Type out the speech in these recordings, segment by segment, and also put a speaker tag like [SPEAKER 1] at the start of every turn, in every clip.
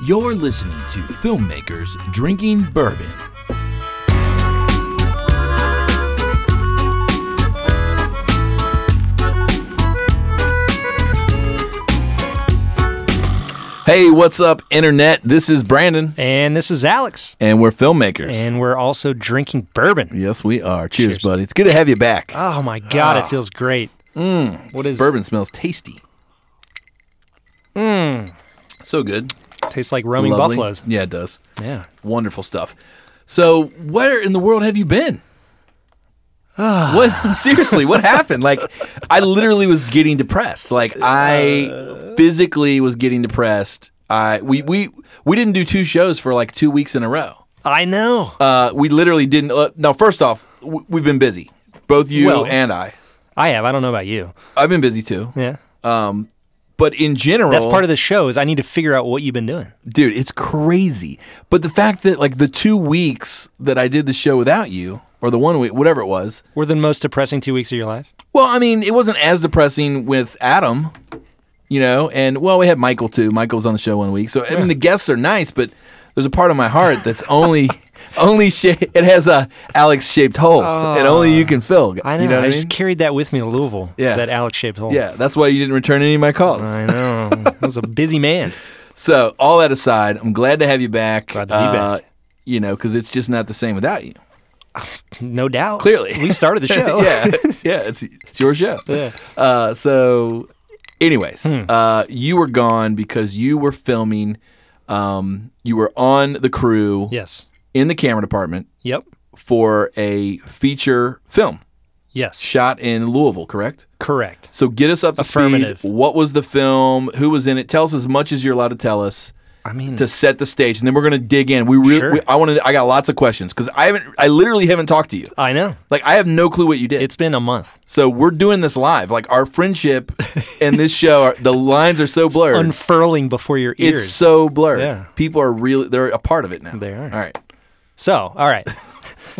[SPEAKER 1] You're listening to Filmmakers Drinking Bourbon. Hey, what's up, Internet? This is Brandon,
[SPEAKER 2] And this is Alex.
[SPEAKER 1] and we're filmmakers.
[SPEAKER 2] And we're also drinking bourbon.
[SPEAKER 1] yes, we are. Cheers, buddy. It's good to have you back.
[SPEAKER 2] Oh my God, it feels great. what is
[SPEAKER 1] Ah. Mm, Bourbon smells tasty. Mmm. So good.
[SPEAKER 2] Tastes like roaming
[SPEAKER 1] Lovely.
[SPEAKER 2] Hmm. buffaloes.
[SPEAKER 1] Yeah, it does.
[SPEAKER 2] Yeah.
[SPEAKER 1] Wonderful stuff. So, where in the world have you been?
[SPEAKER 2] Ah.
[SPEAKER 1] what seriously? What happened? Like, I literally was getting depressed. Like,
[SPEAKER 2] Uh.
[SPEAKER 1] I physically was getting depressed. I we we we didn't do two shows for like two weeks in a row.
[SPEAKER 2] I know.
[SPEAKER 1] Uh, we literally didn't. Uh, now, first off, w- we've been busy, both you
[SPEAKER 2] Well-
[SPEAKER 1] and I.
[SPEAKER 2] I have. I don't know about you.
[SPEAKER 1] I've been busy too.
[SPEAKER 2] Yeah.
[SPEAKER 1] But in general,
[SPEAKER 2] That's part of the show is I need to figure out what you've been doing.
[SPEAKER 1] dude it's crazy but the fact that like the two weeks that i did the show without you or the one week whatever it was
[SPEAKER 2] Were the most depressing two weeks of your life?
[SPEAKER 1] well i mean it wasn't as depressing with adam you know and well we had michael too michael was on the show one week so i mean the guests are nice but there's a part of my heart that's only only sh- it has a alex shaped hole that only you can fill
[SPEAKER 2] Oh, I know.
[SPEAKER 1] you know what
[SPEAKER 2] I,
[SPEAKER 1] i mean
[SPEAKER 2] just carried that with me to Louisville.
[SPEAKER 1] Yeah.
[SPEAKER 2] That Alex shaped hole.
[SPEAKER 1] yeah that's why you didn't return any of my calls
[SPEAKER 2] I know. I was a busy man.
[SPEAKER 1] so all that aside i'm glad to have you back uh,
[SPEAKER 2] Glad to be back.
[SPEAKER 1] you know because it's just not the same without you
[SPEAKER 2] No doubt.
[SPEAKER 1] Clearly.
[SPEAKER 2] We started the show.
[SPEAKER 1] yeah, yeah, it's, it's your show.
[SPEAKER 2] Yeah. Hmm.
[SPEAKER 1] Uh, so, anyways, uh, you were gone because you were filming. Um, you were on the crew
[SPEAKER 2] Yes.
[SPEAKER 1] in the camera department
[SPEAKER 2] Yep.
[SPEAKER 1] for a feature film
[SPEAKER 2] Yes.
[SPEAKER 1] shot in Louisville, correct?
[SPEAKER 2] Correct.
[SPEAKER 1] So get us up to speed.
[SPEAKER 2] Affirmative.
[SPEAKER 1] What was the film? Who was in it? Tell us as much as you're allowed to tell us
[SPEAKER 2] I mean,
[SPEAKER 1] to set the stage, and then we're gonna dig in. We really,
[SPEAKER 2] Hmm. Sure.
[SPEAKER 1] we, I wanted, I got lots of questions because I haven't, I literally haven't talked to you.
[SPEAKER 2] I know.
[SPEAKER 1] Like I have no clue what you did.
[SPEAKER 2] It's been a month.
[SPEAKER 1] So we're doing this live. Like our friendship and this show, are, the lines are so blurred.
[SPEAKER 2] Unfurling before your ears.
[SPEAKER 1] it's so blurred.
[SPEAKER 2] Yeah.
[SPEAKER 1] People are really, they're a part of it now.
[SPEAKER 2] They are.
[SPEAKER 1] All right.
[SPEAKER 2] So, all right.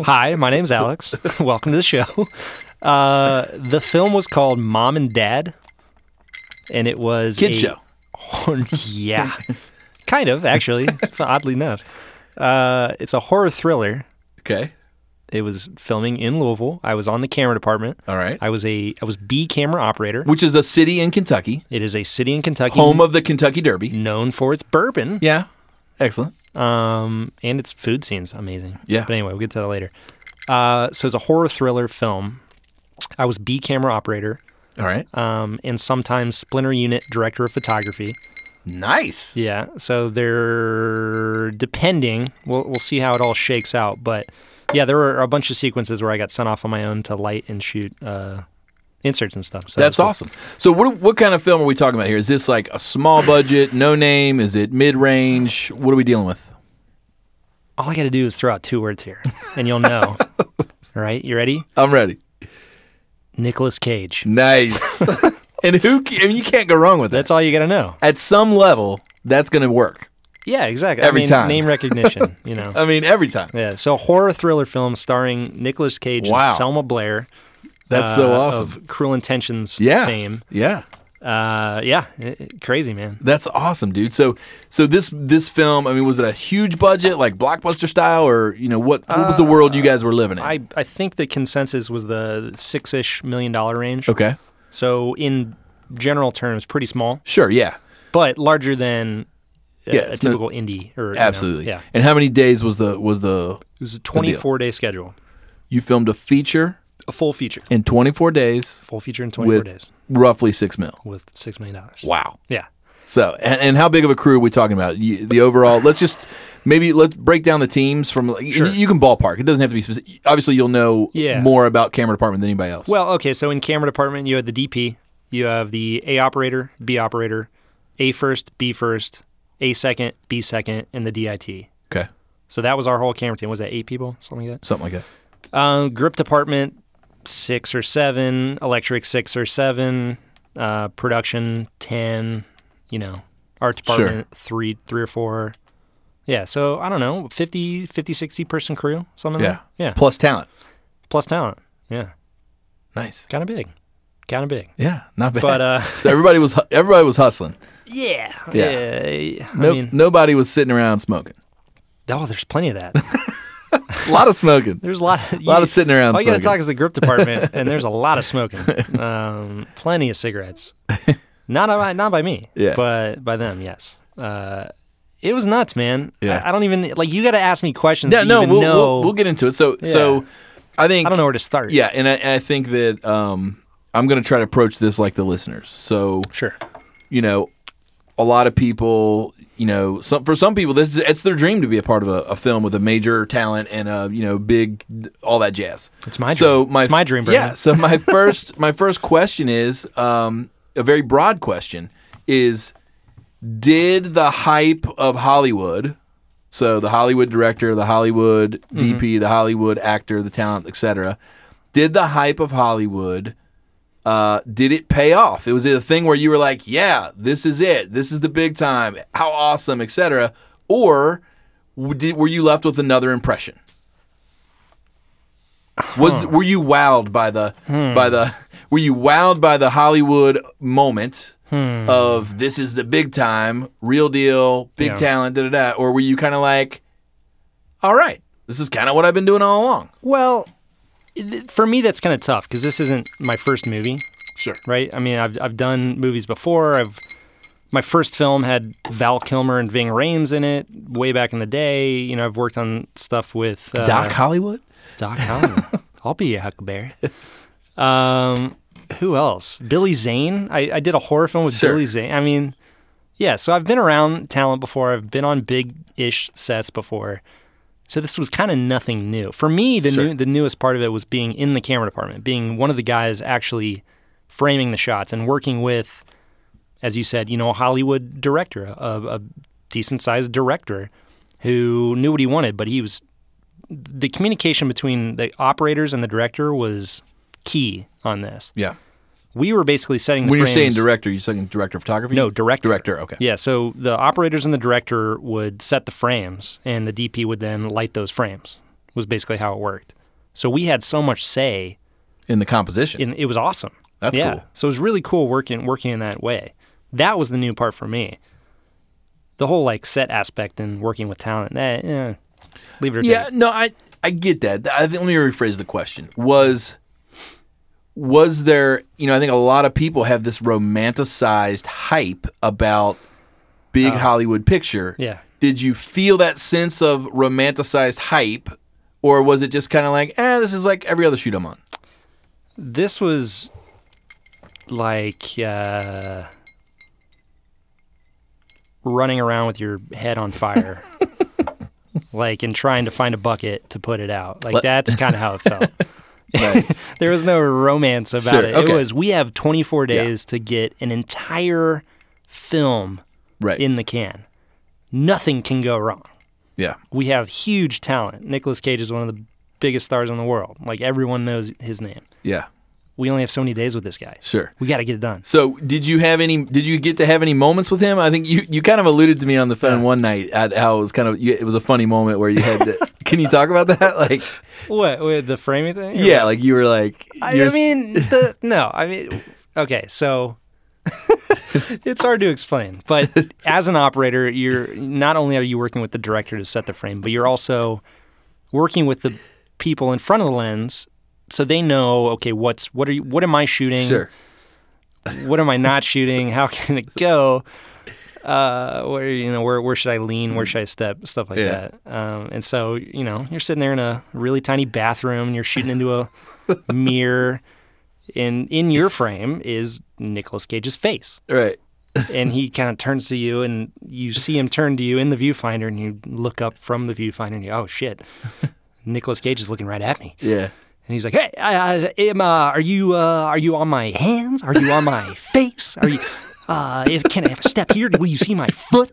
[SPEAKER 2] Hi, my name's Alex. Welcome to the show. Uh, the film was called Mom and Dad, and it was
[SPEAKER 1] Kid
[SPEAKER 2] a-
[SPEAKER 1] show.
[SPEAKER 2] yeah, kind of actually. Oddly enough, uh, it's a horror thriller.
[SPEAKER 1] Okay.
[SPEAKER 2] It was filming in Louisville. I was on the camera department.
[SPEAKER 1] All right.
[SPEAKER 2] I was a I was B camera operator.
[SPEAKER 1] Which is a city in Kentucky,
[SPEAKER 2] It is a city in Kentucky
[SPEAKER 1] home of the Kentucky Derby.
[SPEAKER 2] known for its bourbon.
[SPEAKER 1] Yeah. Excellent.
[SPEAKER 2] Um, and its food scene's amazing.
[SPEAKER 1] Yeah.
[SPEAKER 2] But anyway, we'll get to that later. Uh, so it's a horror thriller film. I was B camera operator,
[SPEAKER 1] All right.
[SPEAKER 2] um, and sometimes splinter unit director of photography.
[SPEAKER 1] nice.
[SPEAKER 2] Yeah. So they're depending. We'll we'll see how it all shakes out. But yeah, there were a bunch of sequences where I got sent off on my own to light and shoot uh, inserts and stuff. So
[SPEAKER 1] That's
[SPEAKER 2] that was
[SPEAKER 1] awesome. So what what kind of film are we talking about here? Is this like a small budget, no name? Is it mid range? What are we dealing with?
[SPEAKER 2] cool. All I got to do is throw out two words here, and you'll know. all right, you ready?
[SPEAKER 1] I'm ready.
[SPEAKER 2] Nicolas Cage.
[SPEAKER 1] Nice. and who? ca- I mean, you can't go wrong with that.
[SPEAKER 2] That's all you got to know.
[SPEAKER 1] At some level, that's going to work.
[SPEAKER 2] Yeah, exactly.
[SPEAKER 1] Every
[SPEAKER 2] I mean,
[SPEAKER 1] time.
[SPEAKER 2] Name recognition, you know.
[SPEAKER 1] I mean, every time.
[SPEAKER 2] Yeah, so a horror thriller film starring Nicolas Cage
[SPEAKER 1] Wow.
[SPEAKER 2] and Selma Blair.
[SPEAKER 1] That's
[SPEAKER 2] uh,
[SPEAKER 1] so awesome.
[SPEAKER 2] Of Cruel Intentions
[SPEAKER 1] yeah.
[SPEAKER 2] fame.
[SPEAKER 1] Yeah.
[SPEAKER 2] Uh, yeah, it- it- crazy, man.
[SPEAKER 1] That's awesome, dude. So so this this film, I mean, was it a huge budget, like blockbuster style, or you know, what what was the world you guys were living in?
[SPEAKER 2] Uh, I, I think the consensus was the six ish million dollar range.
[SPEAKER 1] okay.
[SPEAKER 2] So, in general terms, pretty small,
[SPEAKER 1] Sure, yeah.
[SPEAKER 2] but larger than uh,
[SPEAKER 1] Yeah,
[SPEAKER 2] a
[SPEAKER 1] it's no-
[SPEAKER 2] typical indie. Or, you know,
[SPEAKER 1] Absolutely.
[SPEAKER 2] yeah.
[SPEAKER 1] And how many days was the was the
[SPEAKER 2] It was a 24 day schedule,
[SPEAKER 1] you filmed a feature
[SPEAKER 2] a full feature,
[SPEAKER 1] in twenty four days
[SPEAKER 2] full feature in 24
[SPEAKER 1] With-
[SPEAKER 2] days
[SPEAKER 1] roughly six mil.
[SPEAKER 2] with $6 million.
[SPEAKER 1] Wow.
[SPEAKER 2] Yeah.
[SPEAKER 1] So and, and how big of a crew are we talking about? You, the overall let's just maybe let's break down the teams from like,
[SPEAKER 2] Sure.
[SPEAKER 1] you can ballpark. It doesn't have to be specific. Obviously you'll know
[SPEAKER 2] Yeah.
[SPEAKER 1] more about camera department than anybody else.
[SPEAKER 2] Well, okay, so in camera department, you had the DP, you have the A operator, B operator, A first, B first, A second, B second, and the DIT.
[SPEAKER 1] okay.
[SPEAKER 2] So that was our whole camera team. Was that eight people, something like
[SPEAKER 1] Something like that.
[SPEAKER 2] that? Um, grip department, six or seven. Electric, six or seven. Uh, production, ten. You know, art department, three, three or four. Yeah, so I don't know, 50, 50, 60 person crew, something
[SPEAKER 1] Yeah.
[SPEAKER 2] like that. Yeah,
[SPEAKER 1] Plus talent.
[SPEAKER 2] plus talent. Yeah,
[SPEAKER 1] Nice.
[SPEAKER 2] kind of big. kind of big.
[SPEAKER 1] Yeah, not bad.
[SPEAKER 2] But, uh,
[SPEAKER 1] so everybody was hu- everybody was hustling.
[SPEAKER 2] Yeah.
[SPEAKER 1] Yeah.
[SPEAKER 2] yeah. I
[SPEAKER 1] No,
[SPEAKER 2] mean,
[SPEAKER 1] nobody was sitting around smoking.
[SPEAKER 2] oh, there's plenty of that.
[SPEAKER 1] A lot of smoking.
[SPEAKER 2] There's a lot. Of,
[SPEAKER 1] A lot of sitting around
[SPEAKER 2] All you got to
[SPEAKER 1] smoking.
[SPEAKER 2] talk is the grip department, and there's a lot of smoking. Um, plenty of cigarettes. Not by not by me.
[SPEAKER 1] Yeah.
[SPEAKER 2] But by them, yes. Uh, it was nuts, man.
[SPEAKER 1] Yeah.
[SPEAKER 2] I, I don't even like. You got to ask me questions.
[SPEAKER 1] Yeah,
[SPEAKER 2] to
[SPEAKER 1] no,
[SPEAKER 2] even
[SPEAKER 1] we'll,
[SPEAKER 2] know.
[SPEAKER 1] we'll we'll get into it. So so I think
[SPEAKER 2] I don't know where to start.
[SPEAKER 1] Yeah, and I, and I think that um, I'm going to try to approach this like the listeners. So
[SPEAKER 2] Sure.
[SPEAKER 1] you know, a lot of people, you know, some for some people, this is, it's their dream to be a part of a, a film with a major talent and a you know big all that jazz.
[SPEAKER 2] It's my
[SPEAKER 1] so
[SPEAKER 2] dream.
[SPEAKER 1] my
[SPEAKER 2] It's my dream,
[SPEAKER 1] Yeah.
[SPEAKER 2] Brandon.
[SPEAKER 1] So my first my first question is um, a very broad question is did the hype of Hollywood so the Hollywood director, the Hollywood
[SPEAKER 2] Mm-hmm.
[SPEAKER 1] DP, the Hollywood actor, the talent, etc. Did the hype of Hollywood uh, did it pay off? It was a thing where you were like, "Yeah, this is it. This is the big time. How awesome, etc." Or w- did, were you left with another impression? Was were you wowed by the by the were you wowed by the Hollywood moment of this is the big time, real deal, big
[SPEAKER 2] Yeah.
[SPEAKER 1] talent, da da da, or were you kind of like, "All right, this is kind of what I've been doing all along."
[SPEAKER 2] Well, th- for me, that's kind of tough because this isn't my first movie.
[SPEAKER 1] Sure.
[SPEAKER 2] right? I mean, I've I've done movies before. I've my first film had Val Kilmer and Ving Rhames in it way back in the day. You know, I've worked on stuff with uh,
[SPEAKER 1] Doc Hollywood.
[SPEAKER 2] Doc Holliman. I'll be your Huckleberry. Um, who else? Billy Zane. I, I did a horror film with
[SPEAKER 1] Sure.
[SPEAKER 2] Billy Zane. I mean, yeah. So I've been around talent before. I've been on big-ish sets before. So this was kind of nothing new for me. The new, the newest part of it was being in the camera department, being one of the guys actually framing the shots and working with, as you said, you know, a Hollywood director, a, a decent-sized director who knew what he wanted, but he was the communication between the operators and the director was key on this.
[SPEAKER 1] Yeah.
[SPEAKER 2] We were basically setting the
[SPEAKER 1] When you're
[SPEAKER 2] frames-
[SPEAKER 1] saying director, you're saying director of photography?
[SPEAKER 2] No, director.
[SPEAKER 1] Director, okay.
[SPEAKER 2] Yeah, so the operators and the director would set the frames and the DP would then light those frames. Was basically how it worked. So we had so much say
[SPEAKER 1] In the composition.
[SPEAKER 2] and it was awesome.
[SPEAKER 1] That's
[SPEAKER 2] yeah.
[SPEAKER 1] cool.
[SPEAKER 2] So it was really cool working working in that way. That was the new part for me. The whole like set aspect and working with talent. That yeah. Leave it or take
[SPEAKER 1] yeah,
[SPEAKER 2] it.
[SPEAKER 1] no, I I get that. I think let me rephrase the question. Was was there, you know, I think a lot of people have this romanticized hype about big Hollywood picture.
[SPEAKER 2] Uh-huh. Yeah.
[SPEAKER 1] Did you feel that sense of romanticized hype or was it just kind of like, "Eh, this is like every other shoot I'm on."
[SPEAKER 2] this was like uh, running around with your head on fire like and trying to find a bucket to put it out like that's kind of how it felt there was no romance about
[SPEAKER 1] Sure,
[SPEAKER 2] it
[SPEAKER 1] okay.
[SPEAKER 2] it was we have 24 days to get an entire film
[SPEAKER 1] Right.
[SPEAKER 2] in the can nothing can go wrong
[SPEAKER 1] yeah.
[SPEAKER 2] we have huge talent nicholas cage is one of the biggest stars in the world like everyone knows his name
[SPEAKER 1] Yeah.
[SPEAKER 2] we only have so many days with this guy
[SPEAKER 1] Sure.
[SPEAKER 2] we got to get it done.
[SPEAKER 1] So, did you have any? Did you get to have any moments with him? I think you, you kind of alluded to me on the phone one night at how it was kind of you, it was a funny moment where you had. To, can you talk about that? Like,
[SPEAKER 2] What with the framing thing?
[SPEAKER 1] yeah, like you were like,
[SPEAKER 2] I,
[SPEAKER 1] you're
[SPEAKER 2] I
[SPEAKER 1] s-
[SPEAKER 2] mean, the, no. I mean, okay. So it's hard to explain, but as an operator, you're not only are you working with the director to set the frame, but you're also working with the people in front of the lens, so they know okay, what's what are you, what am I shooting?
[SPEAKER 1] sure,
[SPEAKER 2] what am I not shooting? How can it go? Uh, where you know where where should I lean? Where should I step? Stuff like
[SPEAKER 1] Yeah.
[SPEAKER 2] that. Um, and so you know you're sitting there in a really tiny bathroom and you're shooting into a mirror, and in your frame is Nicolas Cage's face,
[SPEAKER 1] right,
[SPEAKER 2] and he kind of turns to you and you see him turn to you in the viewfinder, and you look up from the viewfinder and you oh shit, Nicolas Cage is looking right at me.
[SPEAKER 1] yeah,
[SPEAKER 2] And he's like, "Hey, I, I, am, uh, are you uh, are you on my hands? Are you on my face? Are you? Uh, if, can I have a step here? Will you see my foot?"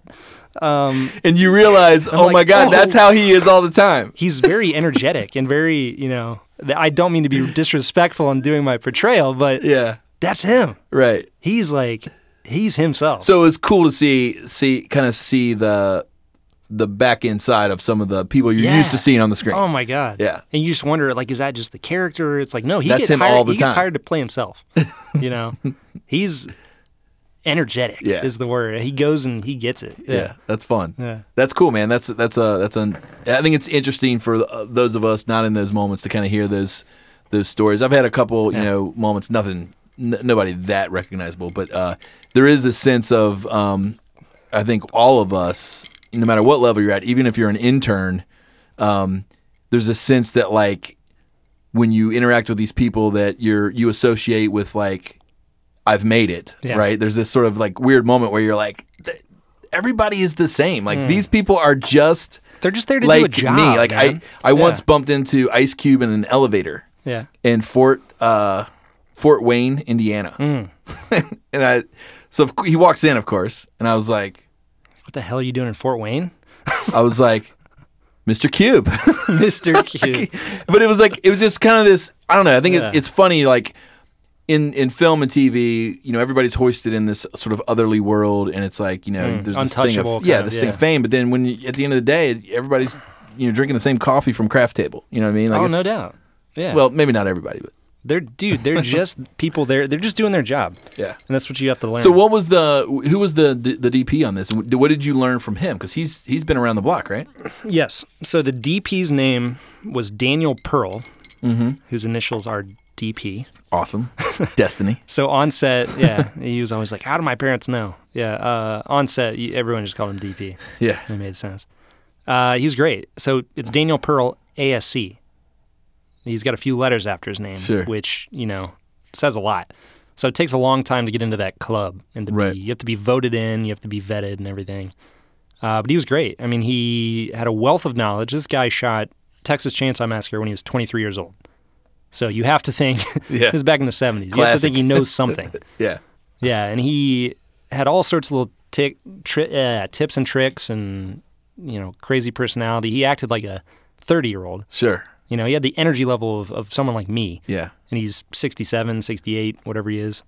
[SPEAKER 1] and you realize, oh
[SPEAKER 2] like,
[SPEAKER 1] my god,
[SPEAKER 2] oh.
[SPEAKER 1] that's how he is all the time.
[SPEAKER 2] He's very energetic and very, you know. th- I don't mean to be disrespectful in doing my portrayal, but
[SPEAKER 1] Yeah,
[SPEAKER 2] that's him.
[SPEAKER 1] right.
[SPEAKER 2] He's like, he's himself.
[SPEAKER 1] So it was cool to see see kind of see the the back end side of some of the people you're
[SPEAKER 2] Yeah.
[SPEAKER 1] used to seeing on the screen.
[SPEAKER 2] Oh my god.
[SPEAKER 1] Yeah.
[SPEAKER 2] And you just wonder, like, is that just the character? It's like, no, he
[SPEAKER 1] That's
[SPEAKER 2] gets
[SPEAKER 1] him
[SPEAKER 2] hired,
[SPEAKER 1] all the
[SPEAKER 2] he gets
[SPEAKER 1] time.
[SPEAKER 2] hired to play himself. You know, he's energetic.
[SPEAKER 1] Yeah.
[SPEAKER 2] is the word. He goes and he gets it.
[SPEAKER 1] yeah. that's fun.
[SPEAKER 2] Yeah.
[SPEAKER 1] That's cool, man. That's that's a that's an. I think it's interesting for uh, those of us not in those moments to kind of hear those those stories. I've had a couple, you know, moments. Nothing, n- nobody that recognizable, but uh, there is a sense of um, I think all of us, no matter what level you're at, even if you're an intern, um, there's a sense that like when you interact with these people that you're you associate with like I've made it,
[SPEAKER 2] Yeah.
[SPEAKER 1] right? There's this sort of like weird moment where you're like, "Th- everybody is the same. Like these people are just
[SPEAKER 2] They're just there to Hmm. do a
[SPEAKER 1] like
[SPEAKER 2] job.
[SPEAKER 1] me. Like
[SPEAKER 2] man.
[SPEAKER 1] I, I
[SPEAKER 2] Yeah.
[SPEAKER 1] once bumped into Ice Cube in an elevator
[SPEAKER 2] Yeah.
[SPEAKER 1] in Fort uh, Fort Wayne, Indiana,
[SPEAKER 2] Hmm.
[SPEAKER 1] and I so of cou- he walks in, of course, and I was like,
[SPEAKER 2] What the hell are you doing in Fort Wayne,
[SPEAKER 1] I was like, Mr. Cube.
[SPEAKER 2] Mister Q?
[SPEAKER 1] but it was like it was just kind of this i don't know i think
[SPEAKER 2] Yeah.
[SPEAKER 1] it's, it's funny like in in film and tv you know everybody's hoisted in this sort of otherly world and it's like you know there's this thing
[SPEAKER 2] Mm. untouchable
[SPEAKER 1] of
[SPEAKER 2] kind
[SPEAKER 1] yeah
[SPEAKER 2] of,
[SPEAKER 1] this thing
[SPEAKER 2] yeah.
[SPEAKER 1] of fame but then when you, at the end of the day everybody's you know drinking the same coffee from craft table you know what i mean like
[SPEAKER 2] oh,
[SPEAKER 1] it's-
[SPEAKER 2] no doubt. Yeah.
[SPEAKER 1] well maybe not everybody but
[SPEAKER 2] they're dude. They're just people. There. They're just doing their job.
[SPEAKER 1] yeah
[SPEAKER 2] And that's what you have to learn.
[SPEAKER 1] so what was the who was the the dp on this and what did you learn from him because he's he's been around the block right
[SPEAKER 2] Yes. So the DP's name was Daniel Pearl,
[SPEAKER 1] Mm-hmm.
[SPEAKER 2] whose initials are DP.
[SPEAKER 1] awesome destiny
[SPEAKER 2] So on set, yeah, he was always like, "How do my parents know?" Yeah, uh, on set, you- everyone just called him DP.
[SPEAKER 1] yeah
[SPEAKER 2] It made sense. Uh, he was great. So it's Daniel Pearl ASC. He's got a few letters after his name,
[SPEAKER 1] Sure.
[SPEAKER 2] which you know says a lot. So it takes a long time to get into that club and to
[SPEAKER 1] Right.
[SPEAKER 2] be. You have to be voted in. You have to be vetted and everything. Uh, but he was great. I mean, he had a wealth of knowledge. This guy shot Texas Chainsaw Massacre when he was 23 years old. So you have to think.
[SPEAKER 1] Yeah.
[SPEAKER 2] this is back in the 70s. You have to
[SPEAKER 1] Classic.
[SPEAKER 2] think he knows something.
[SPEAKER 1] yeah
[SPEAKER 2] Yeah, and he had all sorts of little tick, tri- uh, tips and tricks, and you know, crazy personality. He acted like a thirty-year-old.
[SPEAKER 1] sure
[SPEAKER 2] You know, he had the energy level of, of someone like me,
[SPEAKER 1] yeah
[SPEAKER 2] and he's 67, 68, whatever he is,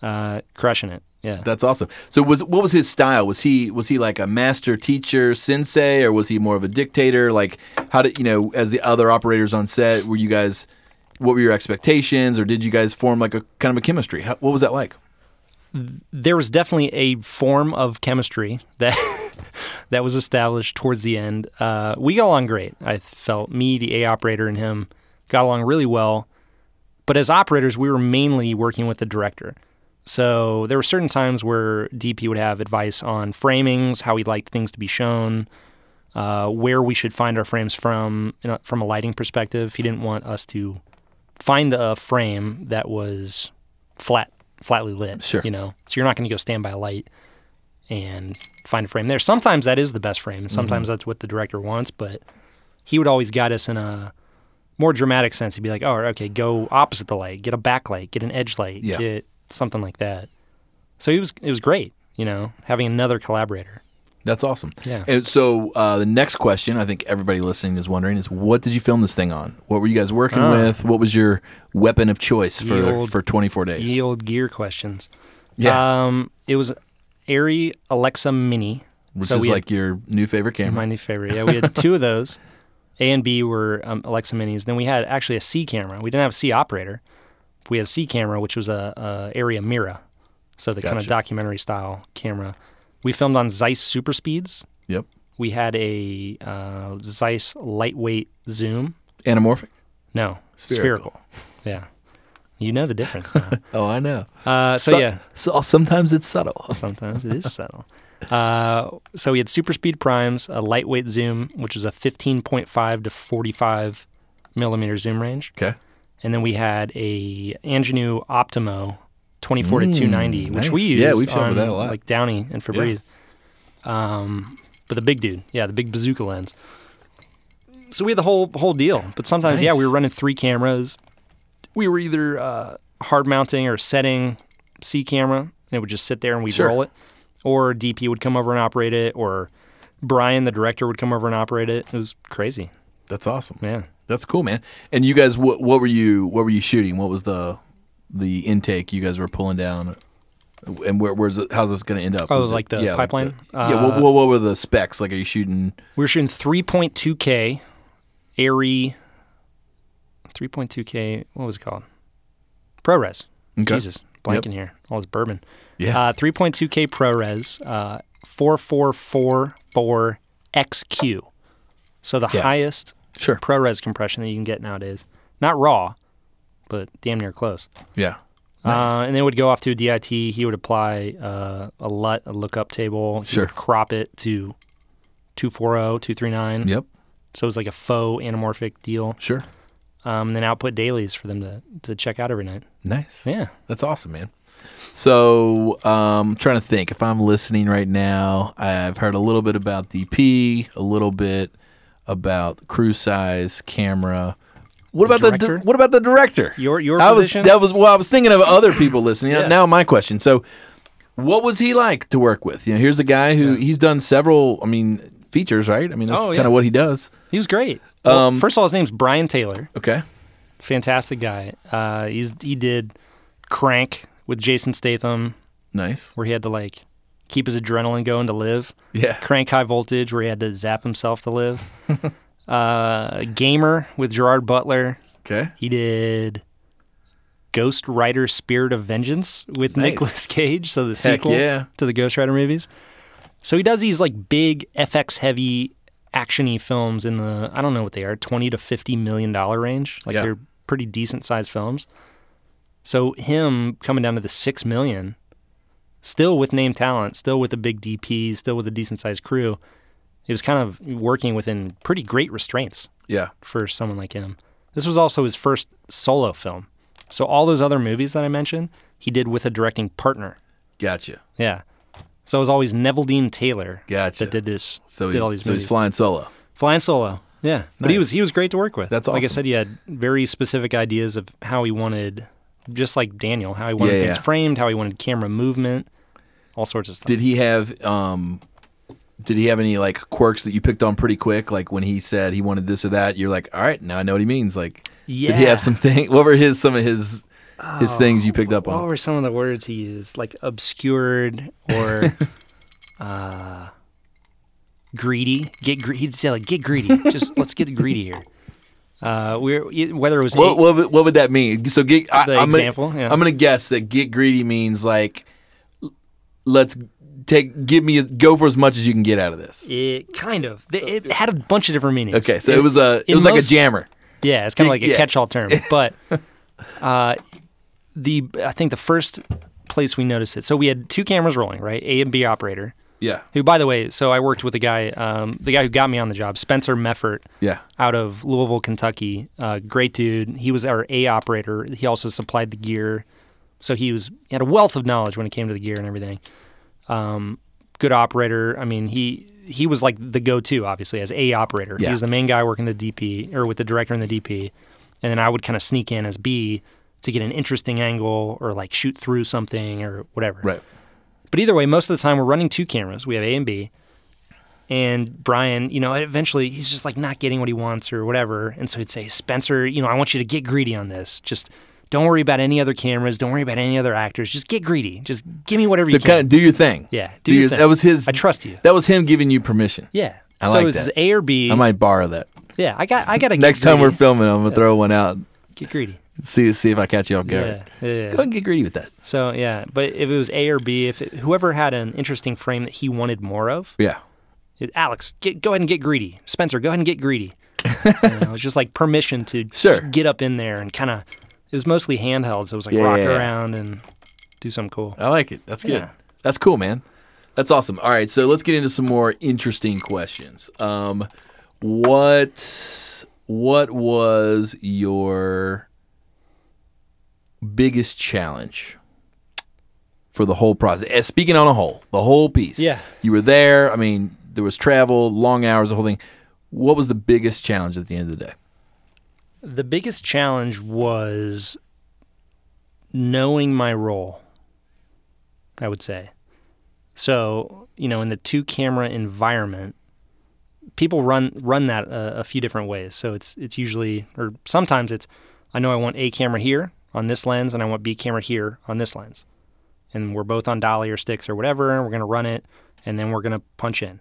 [SPEAKER 2] uh, crushing it. Yeah,
[SPEAKER 1] That's awesome. So was what was his style? Was he was he like a master teacher sensei, or was he more of a dictator? Like how did you know? As the other operators on set, were you guys? What were your expectations, or did you guys form like a kind of a chemistry? How, what was that like?
[SPEAKER 2] there was definitely a form of chemistry that that was established towards the end. Uh, we got along great. I felt me, the A operator, and him got along really well. But as operators, we were mainly working with the director. So there were certain times where DP would have advice on framings, how he liked things to be shown, uh, where we should find our frames from you know, from a lighting perspective. He didn't want us to find a frame that was flat, flatly lit.
[SPEAKER 1] Sure.
[SPEAKER 2] You know, so you're not going to go stand by a light and find a frame there. Sometimes that is the best frame, and sometimes that's what the director wants. But he would always guide us in a more dramatic sense. He'd be like, "Oh, okay, go opposite the light, get a backlight, get an edge light,
[SPEAKER 1] Yeah.
[SPEAKER 2] get something like that." So it was it was great, you know, having another collaborator.
[SPEAKER 1] That's awesome.
[SPEAKER 2] Yeah.
[SPEAKER 1] And so uh, the next question, I think everybody listening is wondering, is what did you film this thing on? What were you guys working
[SPEAKER 2] Ah.
[SPEAKER 1] with? What was your weapon of choice
[SPEAKER 2] Ye
[SPEAKER 1] for
[SPEAKER 2] olde-
[SPEAKER 1] for 24 days?
[SPEAKER 2] Ye old gear questions.
[SPEAKER 1] yeah.
[SPEAKER 2] Um, it was Airy Alexa Mini,
[SPEAKER 1] Which
[SPEAKER 2] so
[SPEAKER 1] is
[SPEAKER 2] we had-
[SPEAKER 1] like your new favorite camera.
[SPEAKER 2] my new favorite. Yeah, we had two of those. A and B were um, Alexa Minis. Then we had actually a C camera. We didn't have a C operator. We had a C camera, which was a, a area mirror, so the kind
[SPEAKER 1] Gotcha.
[SPEAKER 2] of documentary style camera. We filmed on Zeiss Super Speeds.
[SPEAKER 1] Yep.
[SPEAKER 2] We had a uh, Zeiss lightweight zoom.
[SPEAKER 1] Anamorphic.
[SPEAKER 2] No,
[SPEAKER 1] Spherical.
[SPEAKER 2] spherical. Yeah, you know the difference. Now.
[SPEAKER 1] Oh, I know.
[SPEAKER 2] Uh, so yeah,
[SPEAKER 1] So sometimes it's subtle.
[SPEAKER 2] Sometimes it is subtle. Uh, so we had super speed primes, a lightweight zoom, which is a 15.5 to 45 millimeter zoom range,
[SPEAKER 1] Okay.
[SPEAKER 2] and then we had a Ingenue Optimo 24
[SPEAKER 1] Mm,
[SPEAKER 2] to 290, which we
[SPEAKER 1] nice.
[SPEAKER 2] used
[SPEAKER 1] Yeah, we filmed
[SPEAKER 2] on
[SPEAKER 1] with that a lot.
[SPEAKER 2] like Downey and Febreze. Um, but the big dude, yeah, the big bazooka lens. So we had the whole whole deal, but sometimes yeah,
[SPEAKER 1] Nice.
[SPEAKER 2] we were running three cameras. We were either uh, hard mounting or setting C camera, and it would just sit there and we'd
[SPEAKER 1] Sure.
[SPEAKER 2] roll it. Or DP would come over and operate it, or Brian, the director, would come over and operate it. It was crazy.
[SPEAKER 1] That's awesome.
[SPEAKER 2] Yeah.
[SPEAKER 1] That's cool, man. And you guys, what what were you what were you shooting? What was the the intake you guys were pulling down? And where, where's it, how's this going to end up?
[SPEAKER 2] Oh,
[SPEAKER 1] Was it-
[SPEAKER 2] like the pipeline? Uh,
[SPEAKER 1] the- yeah. What, what, what were the specs? Like, are you shooting?
[SPEAKER 2] We're shooting 3.2K Airy 3.2K, what was it called? ProRes.
[SPEAKER 1] Okay.
[SPEAKER 2] Jesus, blanking here. All this bourbon.
[SPEAKER 1] Yeah.
[SPEAKER 2] Uh, 3.2K ProRes, uh, 4444 XQ. So the
[SPEAKER 1] Yeah.
[SPEAKER 2] highest
[SPEAKER 1] Sure.
[SPEAKER 2] ProRes compression that you can get nowadays. Not raw, but damn near close.
[SPEAKER 1] Yeah.
[SPEAKER 2] Uh, and they would go off to a DIT. He would apply uh, a LUT, a lookup table. He
[SPEAKER 1] Sure.
[SPEAKER 2] would crop it to oh, 240, 239.
[SPEAKER 1] Yep.
[SPEAKER 2] So it was like a faux anamorphic deal.
[SPEAKER 1] Sure.
[SPEAKER 2] Um, and then output dailies for them to, to check out every night.
[SPEAKER 1] Nice.
[SPEAKER 2] Yeah.
[SPEAKER 1] That's awesome, man. So um, trying to think. If I'm listening right now, I've heard a little bit about DP, a little bit about crew size, camera. What
[SPEAKER 2] The
[SPEAKER 1] about the
[SPEAKER 2] director?
[SPEAKER 1] di- what about the director?
[SPEAKER 2] Your- your
[SPEAKER 1] I was-
[SPEAKER 2] position?
[SPEAKER 1] that was well. I was thinking of other people listening.
[SPEAKER 2] Yeah.
[SPEAKER 1] Now my question. So, what was he like to work with? You know, here's a guy who he's done several. I mean, features, right? I mean, that's
[SPEAKER 2] Oh, yeah.
[SPEAKER 1] kind of what he does.
[SPEAKER 2] He was great. Well,
[SPEAKER 1] Um,
[SPEAKER 2] first of all, his name's Brian Taylor.
[SPEAKER 1] Okay.
[SPEAKER 2] Fantastic guy. Uh, he's He did Crank with Jason Statham,
[SPEAKER 1] Nice.
[SPEAKER 2] where he had to like keep his adrenaline going to live.
[SPEAKER 1] Yeah.
[SPEAKER 2] Crank High Voltage, where he had to zap himself to live. uh, Gamer with Gerard Butler.
[SPEAKER 1] Okay.
[SPEAKER 2] He did Ghost Rider Spirit of Vengeance with
[SPEAKER 1] Nice.
[SPEAKER 2] Nicolas Cage, so the
[SPEAKER 1] Heck
[SPEAKER 2] sequel
[SPEAKER 1] yeah.
[SPEAKER 2] to the Ghost Rider movies. So he does these like big FX heavy actiony films in the I don't know what they are, 20 to 50 million dollar range. Like
[SPEAKER 1] Yeah.
[SPEAKER 2] they're pretty decent sized films. So him coming down to the 6 million still with name talent, still with a big DP, still with a decent sized crew. It was kind of working within pretty great restraints
[SPEAKER 1] Yeah.
[SPEAKER 2] for someone like him. This was also his first solo film. So all those other movies that I mentioned, he did with a directing partner.
[SPEAKER 1] Gotcha.
[SPEAKER 2] Yeah. So it was always Neville Dean Taylor
[SPEAKER 1] Gotcha.
[SPEAKER 2] that did this.
[SPEAKER 1] So,
[SPEAKER 2] did
[SPEAKER 1] he-
[SPEAKER 2] all these
[SPEAKER 1] so
[SPEAKER 2] movies.
[SPEAKER 1] he's flying solo.
[SPEAKER 2] flying solo. Yeah. But he was he was great to work with.
[SPEAKER 1] That's
[SPEAKER 2] Like I
[SPEAKER 1] awesome.
[SPEAKER 2] said, he had very specific ideas of how he wanted, just like Daniel, how he wanted
[SPEAKER 1] Yeah,
[SPEAKER 2] things
[SPEAKER 1] yeah.
[SPEAKER 2] framed, how he wanted camera movement, all sorts of stuff.
[SPEAKER 1] Did he have um did he have any like quirks that you picked on pretty quick? Like when he said he wanted this or that, you're like, all right, now I know what he means. Like did he
[SPEAKER 2] Yeah. Oh,
[SPEAKER 1] have some thing what were his some of his his things you picked up
[SPEAKER 2] what
[SPEAKER 1] on?
[SPEAKER 2] were some of the words he used? Like obscured or uh, greedy. Get gre- he'd say like get greedy. Just let's get greedy here. Uh, we're it- whether it was
[SPEAKER 1] What,
[SPEAKER 2] eight-
[SPEAKER 1] what, would- what would that mean? So get I,
[SPEAKER 2] The
[SPEAKER 1] I'm
[SPEAKER 2] example,
[SPEAKER 1] Gonna,
[SPEAKER 2] yeah.
[SPEAKER 1] I'm gonna guess that get greedy means like l- let's take give me go for as much as you can get out of this.
[SPEAKER 2] it kind of Th- it had a bunch of different meanings.
[SPEAKER 1] Okay, so it, was a it
[SPEAKER 2] in
[SPEAKER 1] was like a
[SPEAKER 2] most-
[SPEAKER 1] jammer.
[SPEAKER 2] Yeah, it's kind of like a
[SPEAKER 1] yeah.
[SPEAKER 2] catch-all term. But uh, the I think the first place we noticed it. So we had two cameras rolling, right? A and B operator.
[SPEAKER 1] Yeah,
[SPEAKER 2] Who, by the way, so I worked with a guy, um, the guy who got me on the job, Spencer Meffert.
[SPEAKER 1] yeah,
[SPEAKER 2] out of Louisville, Kentucky. Uh, great dude. He was our A operator. He also supplied the gear, so he was he had a wealth of knowledge when it came to the gear and everything. Um, good operator. I mean, he he was like the go-to, obviously, as A operator.
[SPEAKER 1] Yeah.
[SPEAKER 2] He was the main guy working the DP or with the director and the DP, and then I would kind of sneak in as B to get an interesting angle or like shoot through something or whatever.
[SPEAKER 1] right.
[SPEAKER 2] But either way, most of the time we're running two cameras. We have A and B. And Brian, you know, eventually he's just like not getting what he wants or whatever. And so he'd say, Spencer, you know, I want you to get greedy on this. Just don't worry about any other cameras. Don't worry about any other actors. Just get greedy. Just give me whatever
[SPEAKER 1] So
[SPEAKER 2] you can.
[SPEAKER 1] kind of do your thing.
[SPEAKER 2] yeah. Do your thing.
[SPEAKER 1] That was his.
[SPEAKER 2] I trust you.
[SPEAKER 1] That was him giving you permission.
[SPEAKER 2] Yeah.
[SPEAKER 1] I
[SPEAKER 2] so
[SPEAKER 1] like
[SPEAKER 2] it's
[SPEAKER 1] that.
[SPEAKER 2] A or B.
[SPEAKER 1] I might borrow that.
[SPEAKER 2] yeah. I got, I got to
[SPEAKER 1] Next time we're filming, I'm gonna throw one out.
[SPEAKER 2] get greedy.
[SPEAKER 1] See see if I catch you off guard.
[SPEAKER 2] Yeah. yeah, yeah.
[SPEAKER 1] Go ahead and get greedy with that.
[SPEAKER 2] So, yeah. But if it was A or B, if it, whoever had an interesting frame that he wanted more of,
[SPEAKER 1] Yeah.
[SPEAKER 2] It- Alex, get, go ahead and get greedy. Spencer, go ahead and get greedy. you know, it's just like permission to
[SPEAKER 1] Sure.
[SPEAKER 2] get up in there and kind of. It was mostly handheld, so it was like
[SPEAKER 1] Yeah,
[SPEAKER 2] rock
[SPEAKER 1] yeah, yeah.
[SPEAKER 2] around and do something cool.
[SPEAKER 1] I like it. That's good.
[SPEAKER 2] Yeah.
[SPEAKER 1] That's cool, man. That's awesome. All right, so let's get into some more interesting questions. Um, what what was your biggest challenge for the whole process? Eh, Speaking on a whole, the whole piece.
[SPEAKER 2] Yeah.
[SPEAKER 1] you were there. I mean, there was travel, long hours, the whole thing. What was the biggest challenge at the end of the day?
[SPEAKER 2] The biggest challenge was knowing my role, I would say. So, you know, in the two camera environment, people run run that uh, a, a few different ways. So it's it's usually or sometimes it's I know I want A camera here on this lens and I want B camera here on this lens. and we're both on dolly or sticks or whatever, and we're going to run it, and then we're going to punch in.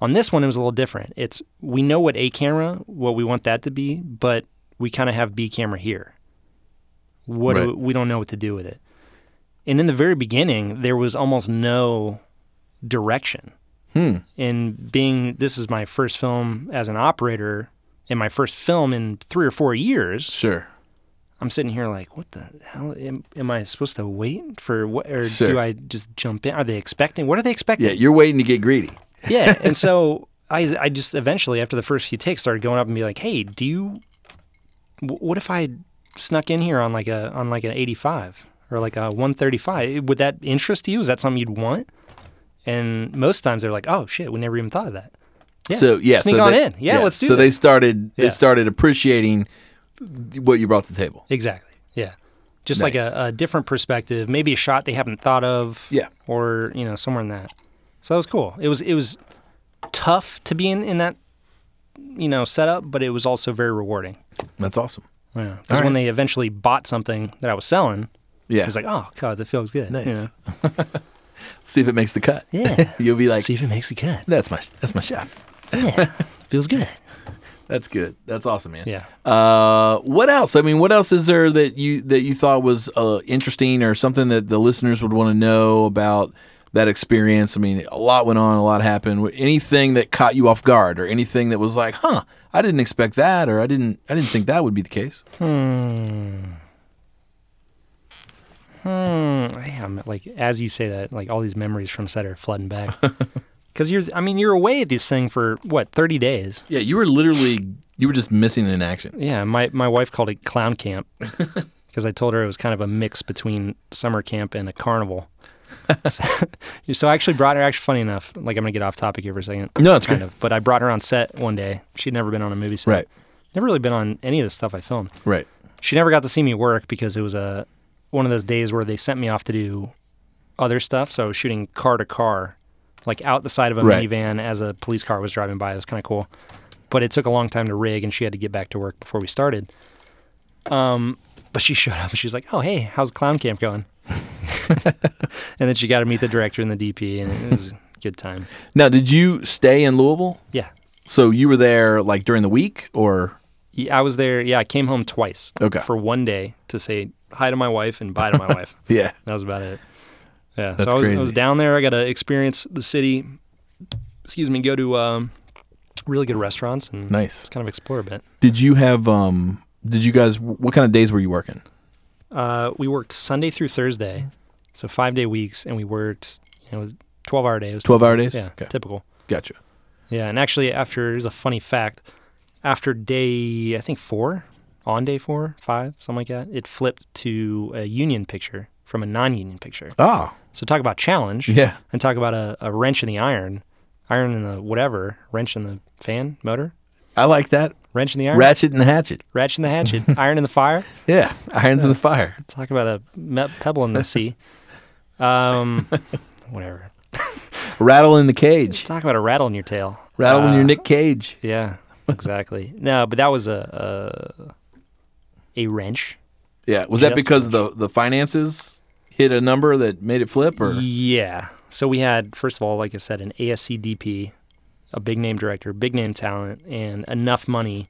[SPEAKER 2] On this one, it was a little different. It's we know what A camera, what we want that to be, but we kind of have B camera here. What do,
[SPEAKER 1] Right.
[SPEAKER 2] we don't know what to do with it. And in the very beginning, there was almost no direction. And being this is my first film as an operator, and my first film in three or four years,
[SPEAKER 1] Sure.
[SPEAKER 2] I'm sitting here like, what the hell? Am, am I supposed to wait for what? Or
[SPEAKER 1] Sure.
[SPEAKER 2] do I just jump in? Are they expecting? What are they expecting?
[SPEAKER 1] Yeah, you're waiting to get greedy.
[SPEAKER 2] yeah. And so I, I just eventually, after the first few takes, started going up and be like, hey, do you, wh- what if I snuck in here on like a, on like an 85 or like a 135? Would that interest you? Is that something you'd want? And most times they're like, oh shit, we never even thought of that. Yeah.
[SPEAKER 1] So yeah,
[SPEAKER 2] Sneak
[SPEAKER 1] so
[SPEAKER 2] on
[SPEAKER 1] they-
[SPEAKER 2] in. Yeah, let's do
[SPEAKER 1] So they
[SPEAKER 2] this.
[SPEAKER 1] started. They
[SPEAKER 2] Yeah.
[SPEAKER 1] started appreciating what you brought to the table.
[SPEAKER 2] Exactly. Yeah. Just like
[SPEAKER 1] Nice.
[SPEAKER 2] a, a different perspective, maybe a shot they haven't thought of.
[SPEAKER 1] Yeah.
[SPEAKER 2] Or, you know, somewhere in that. So that was cool. It was it was tough to be in, in that you know, setup, but it was also very rewarding.
[SPEAKER 1] That's awesome.
[SPEAKER 2] Yeah.
[SPEAKER 1] All
[SPEAKER 2] Because
[SPEAKER 1] right.
[SPEAKER 2] when they eventually bought something that I was selling,
[SPEAKER 1] Yeah.
[SPEAKER 2] I was like, Oh god, that feels good.
[SPEAKER 1] Nice.
[SPEAKER 2] You know?
[SPEAKER 1] see if it makes the cut.
[SPEAKER 2] Yeah.
[SPEAKER 1] You'll be like,
[SPEAKER 2] See if it makes a cut.
[SPEAKER 1] that's my that's my shot.
[SPEAKER 2] Yeah. feels good.
[SPEAKER 1] That's good. That's awesome, man.
[SPEAKER 2] Yeah.
[SPEAKER 1] Uh, what else? I mean, what else is there that you that you thought was uh, interesting or something that the listeners would want to know about that experience? I mean, a lot went on, a lot happened. Anything that caught you off guard, or anything that was like, "Huh, I didn't expect that," or "I didn't, I didn't think that would be the case."
[SPEAKER 2] Hmm. I am like as you say that, like all these memories from set are flooding back. Because you're, I mean, you're away at this thing for what, 30 days?
[SPEAKER 1] Yeah, you were literally, you were just missing in action.
[SPEAKER 2] Yeah, my, my wife called it clown camp because I told her it was kind of a mix between summer camp and a carnival. so, so I actually brought her. Actually, funny enough, like I'm gonna get off topic here for a second.
[SPEAKER 1] No, it's
[SPEAKER 2] kind
[SPEAKER 1] great.
[SPEAKER 2] of. But I brought her on set one day. She'd never been on a movie set.
[SPEAKER 1] Right,
[SPEAKER 2] Never really been on any of the stuff I filmed.
[SPEAKER 1] right.
[SPEAKER 2] She never got to see me work because it was a one of those days where they sent me off to do other stuff. So I was shooting car to car, like out the side of a
[SPEAKER 1] Right.
[SPEAKER 2] minivan as a police car was driving by. It was kind of cool, but it took a long time to rig, and she had to get back to work before we started. Um, but she showed up and she was like, "Oh hey, how's clown camp going?" and then she got to meet the director and the DP, and it was a good time.
[SPEAKER 1] Now, did you stay in Louisville?
[SPEAKER 2] Yeah.
[SPEAKER 1] So you were there like during the week, or
[SPEAKER 2] Yeah, I was there. Yeah, I came home twice.
[SPEAKER 1] Okay.
[SPEAKER 2] For one day to say hi to my wife and bye to my wife.
[SPEAKER 1] yeah,
[SPEAKER 2] That was about it. Yeah.
[SPEAKER 1] That's
[SPEAKER 2] so I was, I
[SPEAKER 1] crazy.
[SPEAKER 2] was down there. I got to experience the city. Excuse me. Go to um, really good restaurants and
[SPEAKER 1] nice.
[SPEAKER 2] just kind of explore a bit.
[SPEAKER 1] Did you have um? Did you guys? What kind of days were you working?
[SPEAKER 2] Uh, we worked Sunday through Thursday, so five day weeks, and we worked. You know, it was twelve hour days.
[SPEAKER 1] Twelve hour days.
[SPEAKER 2] Yeah.
[SPEAKER 1] Okay.
[SPEAKER 2] Typical.
[SPEAKER 1] Gotcha.
[SPEAKER 2] Yeah. And actually, after here's a funny fact. After day, I think four, on day four, five, something like that, it flipped to a union picture from a non-union picture.
[SPEAKER 1] Oh,
[SPEAKER 2] So talk about challenge.
[SPEAKER 1] yeah.
[SPEAKER 2] and talk about a, a wrench in the iron, iron in the whatever, wrench in the fan, motor,
[SPEAKER 1] I like that.
[SPEAKER 2] wrench in the iron,
[SPEAKER 1] Ratchet and hatchet.
[SPEAKER 2] ratchet in the hatchet, iron in the fire.
[SPEAKER 1] Yeah. Irons in the fire.
[SPEAKER 2] Talk about a me- pebble in the sea. Um, whatever.
[SPEAKER 1] Rattle in the cage.
[SPEAKER 2] Talk about a rattle in your tail.
[SPEAKER 1] Rattle in
[SPEAKER 2] Uh,
[SPEAKER 1] your Nick Cage.
[SPEAKER 2] Yeah, exactly. no, but that was a a, a wrench.
[SPEAKER 1] Yeah. Was that
[SPEAKER 2] just-
[SPEAKER 1] because the the finances hit a number that made it flip, or
[SPEAKER 2] Yeah. So we had, first of all, like I said, an ASC DP, a big name director, big name talent, and enough money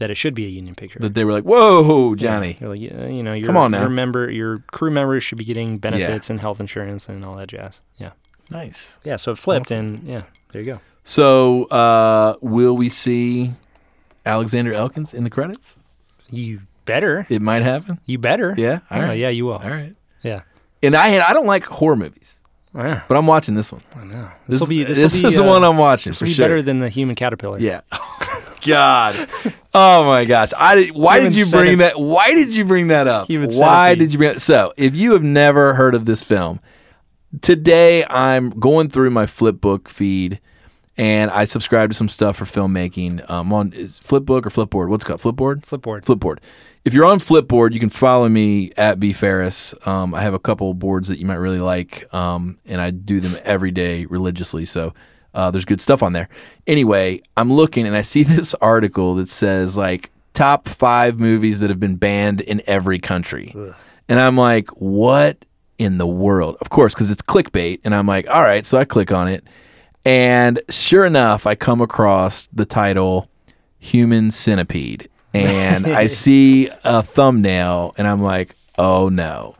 [SPEAKER 2] that it should be a union picture.
[SPEAKER 1] that they were like, "Whoa, Johnny."
[SPEAKER 2] You're like, "Yeah, you know, your,
[SPEAKER 1] Come on now."
[SPEAKER 2] your member, your crew members should be getting benefits and health insurance and all that jazz. Yeah,
[SPEAKER 1] Nice.
[SPEAKER 2] yeah. So it flipped, and yeah, there you go.
[SPEAKER 1] So, uh, will we see Alexander Elkins in the credits?
[SPEAKER 2] You better,
[SPEAKER 1] It might happen.
[SPEAKER 2] you better.
[SPEAKER 1] Yeah.
[SPEAKER 2] Oh, yeah, you will.
[SPEAKER 1] All right.
[SPEAKER 2] Yeah.
[SPEAKER 1] And I had I don't like horror movies,
[SPEAKER 2] Yeah,
[SPEAKER 1] but I'm watching this one.
[SPEAKER 2] I know.
[SPEAKER 1] This,
[SPEAKER 2] This will be this,
[SPEAKER 1] this
[SPEAKER 2] will be,
[SPEAKER 1] is the
[SPEAKER 2] uh,
[SPEAKER 1] one I'm watching
[SPEAKER 2] This
[SPEAKER 1] for
[SPEAKER 2] will be
[SPEAKER 1] sure.
[SPEAKER 2] better than the human caterpillar.
[SPEAKER 1] Yeah. God. Oh my gosh. I did, why
[SPEAKER 2] Human
[SPEAKER 1] did you bring
[SPEAKER 2] centip-
[SPEAKER 1] that why did you bring that up?
[SPEAKER 2] Human
[SPEAKER 1] why
[SPEAKER 2] centipede.
[SPEAKER 1] did you bring it? So, if you have never heard of this film, today I'm going through my flipbook feed and I subscribe to some stuff for filmmaking. Um on is flipbook or flipboard? What's it called? Flipboard?
[SPEAKER 2] Flipboard.
[SPEAKER 1] Flipboard. If you're on Flipboard, you can follow me at B Ferris. Um, I have a couple boards that you might really like, um, and I do them every day religiously. So uh, there's good stuff on there. Anyway, I'm looking and I see this article that says like top five movies that have been banned in every country, and I'm like, what in the world? Of course, because it's clickbait. And I'm like, all right. So I click on it. And sure enough, I come across the title Human Centipede. And I see a thumbnail and I'm like, oh no.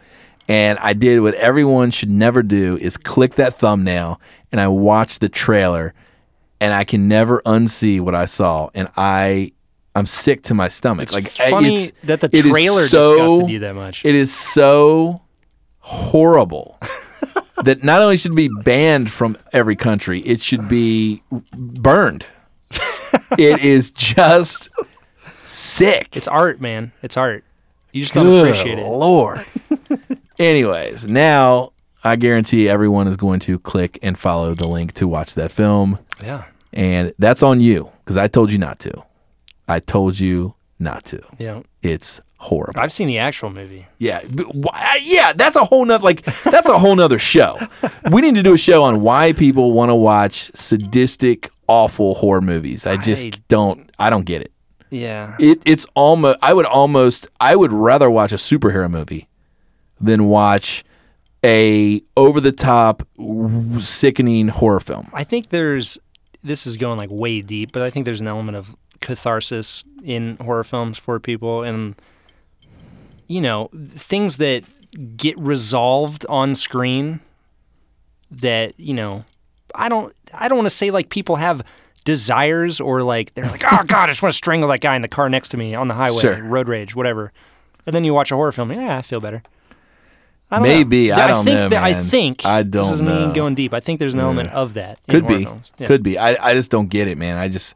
[SPEAKER 1] And I did what everyone should never do is click that thumbnail and I watched the trailer and I can never unsee what I saw. And I I'm sick to my stomach.
[SPEAKER 2] It's
[SPEAKER 1] like I-
[SPEAKER 2] funny
[SPEAKER 1] it's,
[SPEAKER 2] that the
[SPEAKER 1] it is
[SPEAKER 2] trailer
[SPEAKER 1] so-
[SPEAKER 2] disgusted you that much.
[SPEAKER 1] It is so horrible that not only should it be banned from every country, it should be burned. it is just sick.
[SPEAKER 2] it's art, man. It's art. You just don't
[SPEAKER 1] Good
[SPEAKER 2] appreciate it.
[SPEAKER 1] Lord. Anyways, now I guarantee everyone is going to click and follow the link to watch that film.
[SPEAKER 2] Yeah.
[SPEAKER 1] And that's on you because I told you not to. I told you not to.
[SPEAKER 2] Yeah.
[SPEAKER 1] It's horrible.
[SPEAKER 2] I've seen the actual movie.
[SPEAKER 1] Yeah, b- why, yeah, that's a whole nother like that's a whole nother show. We need to do a show on why people want to watch sadistic, awful horror movies. I just
[SPEAKER 2] I-
[SPEAKER 1] don't. I don't get it.
[SPEAKER 2] Yeah.
[SPEAKER 1] It it's almost. I would almost. I would rather watch a superhero movie than watch a over the top, sickening horror film.
[SPEAKER 2] I think there's this is going like way deep, but I think there's an element of catharsis in horror films for people and you know, things that get resolved on screen that, you know, I don't I don't want to say like people have desires or like they're like, "Oh god, I just want to strangle that guy in the car next to me on the highway,
[SPEAKER 1] Sure.
[SPEAKER 2] road rage, whatever." And then you watch a horror film, yeah, I feel better. I don't know.
[SPEAKER 1] Maybe I don't
[SPEAKER 2] think
[SPEAKER 1] know.
[SPEAKER 2] that- I
[SPEAKER 1] man.
[SPEAKER 2] think
[SPEAKER 1] I
[SPEAKER 2] this is
[SPEAKER 1] don't know.
[SPEAKER 2] me going deep. I think there's an element of that. in
[SPEAKER 1] Could
[SPEAKER 2] horror
[SPEAKER 1] be.
[SPEAKER 2] films. Yeah.
[SPEAKER 1] Could be. I, I just don't get it, man. I just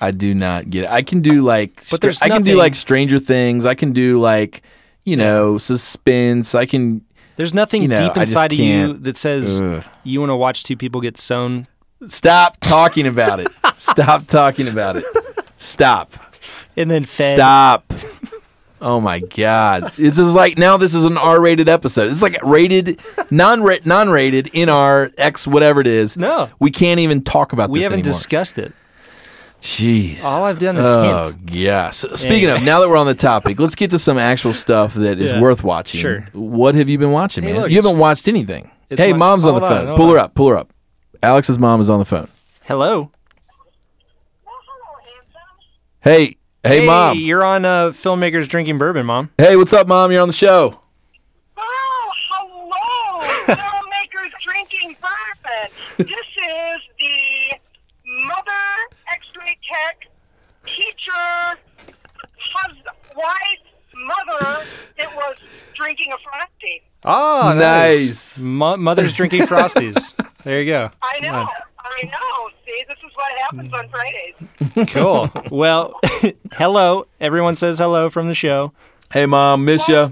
[SPEAKER 1] I do not get it. I can do like str-
[SPEAKER 2] there's
[SPEAKER 1] I can do
[SPEAKER 2] nothing-
[SPEAKER 1] like Stranger Things. I can do like you know suspense. I can
[SPEAKER 2] There's nothing
[SPEAKER 1] You know,
[SPEAKER 2] deep
[SPEAKER 1] I just
[SPEAKER 2] inside of you
[SPEAKER 1] can't-
[SPEAKER 2] that says
[SPEAKER 1] Ugh.
[SPEAKER 2] you want to watch two people get sewn.
[SPEAKER 1] stop talking about it. stop talking about it. Stop.
[SPEAKER 2] And then fed.
[SPEAKER 1] Stop. Oh my God! This is like now. This is an R-rated episode. It's like rated, non non-rated in our X whatever it is.
[SPEAKER 2] No.
[SPEAKER 1] we can't even talk about
[SPEAKER 2] We
[SPEAKER 1] this
[SPEAKER 2] haven't
[SPEAKER 1] anymore.
[SPEAKER 2] discussed it.
[SPEAKER 1] Jeez.
[SPEAKER 2] All I've done is
[SPEAKER 1] Oh
[SPEAKER 2] hint.
[SPEAKER 1] yeah. So, speaking of, now that we're on the topic, let's get to some actual stuff that is
[SPEAKER 2] Yeah.
[SPEAKER 1] worth watching.
[SPEAKER 2] Sure.
[SPEAKER 1] What have you been watching, man?
[SPEAKER 2] look,
[SPEAKER 1] you
[SPEAKER 2] it's-
[SPEAKER 1] haven't watched anything.
[SPEAKER 2] it's
[SPEAKER 1] Hey,
[SPEAKER 2] my-
[SPEAKER 1] mom's on the
[SPEAKER 2] hold on,
[SPEAKER 1] phone.
[SPEAKER 2] hold
[SPEAKER 1] pull her
[SPEAKER 2] on.
[SPEAKER 1] up. Pull her up. Alex's mom is on the phone.
[SPEAKER 2] Hello.
[SPEAKER 3] Well, hello, handsome.
[SPEAKER 1] Hey, hey,
[SPEAKER 2] Hey,
[SPEAKER 1] mom.
[SPEAKER 2] You're on uh, filmmakers drinking bourbon, mom.
[SPEAKER 1] Hey, what's up, mom? You're on the show.
[SPEAKER 3] Oh, hello, filmmakers drinking bourbon. This is the mother, X-ray tech, teacher, husband, wife, mother that was drinking a frosty.
[SPEAKER 2] Oh,
[SPEAKER 1] nice.
[SPEAKER 2] Mo- mother's drinking frosties. there you go.
[SPEAKER 3] I know, I know. See, this is what happens on Fridays.
[SPEAKER 2] Cool. Well, hello. Everyone says hello from the show.
[SPEAKER 1] Hey, mom. Miss ya.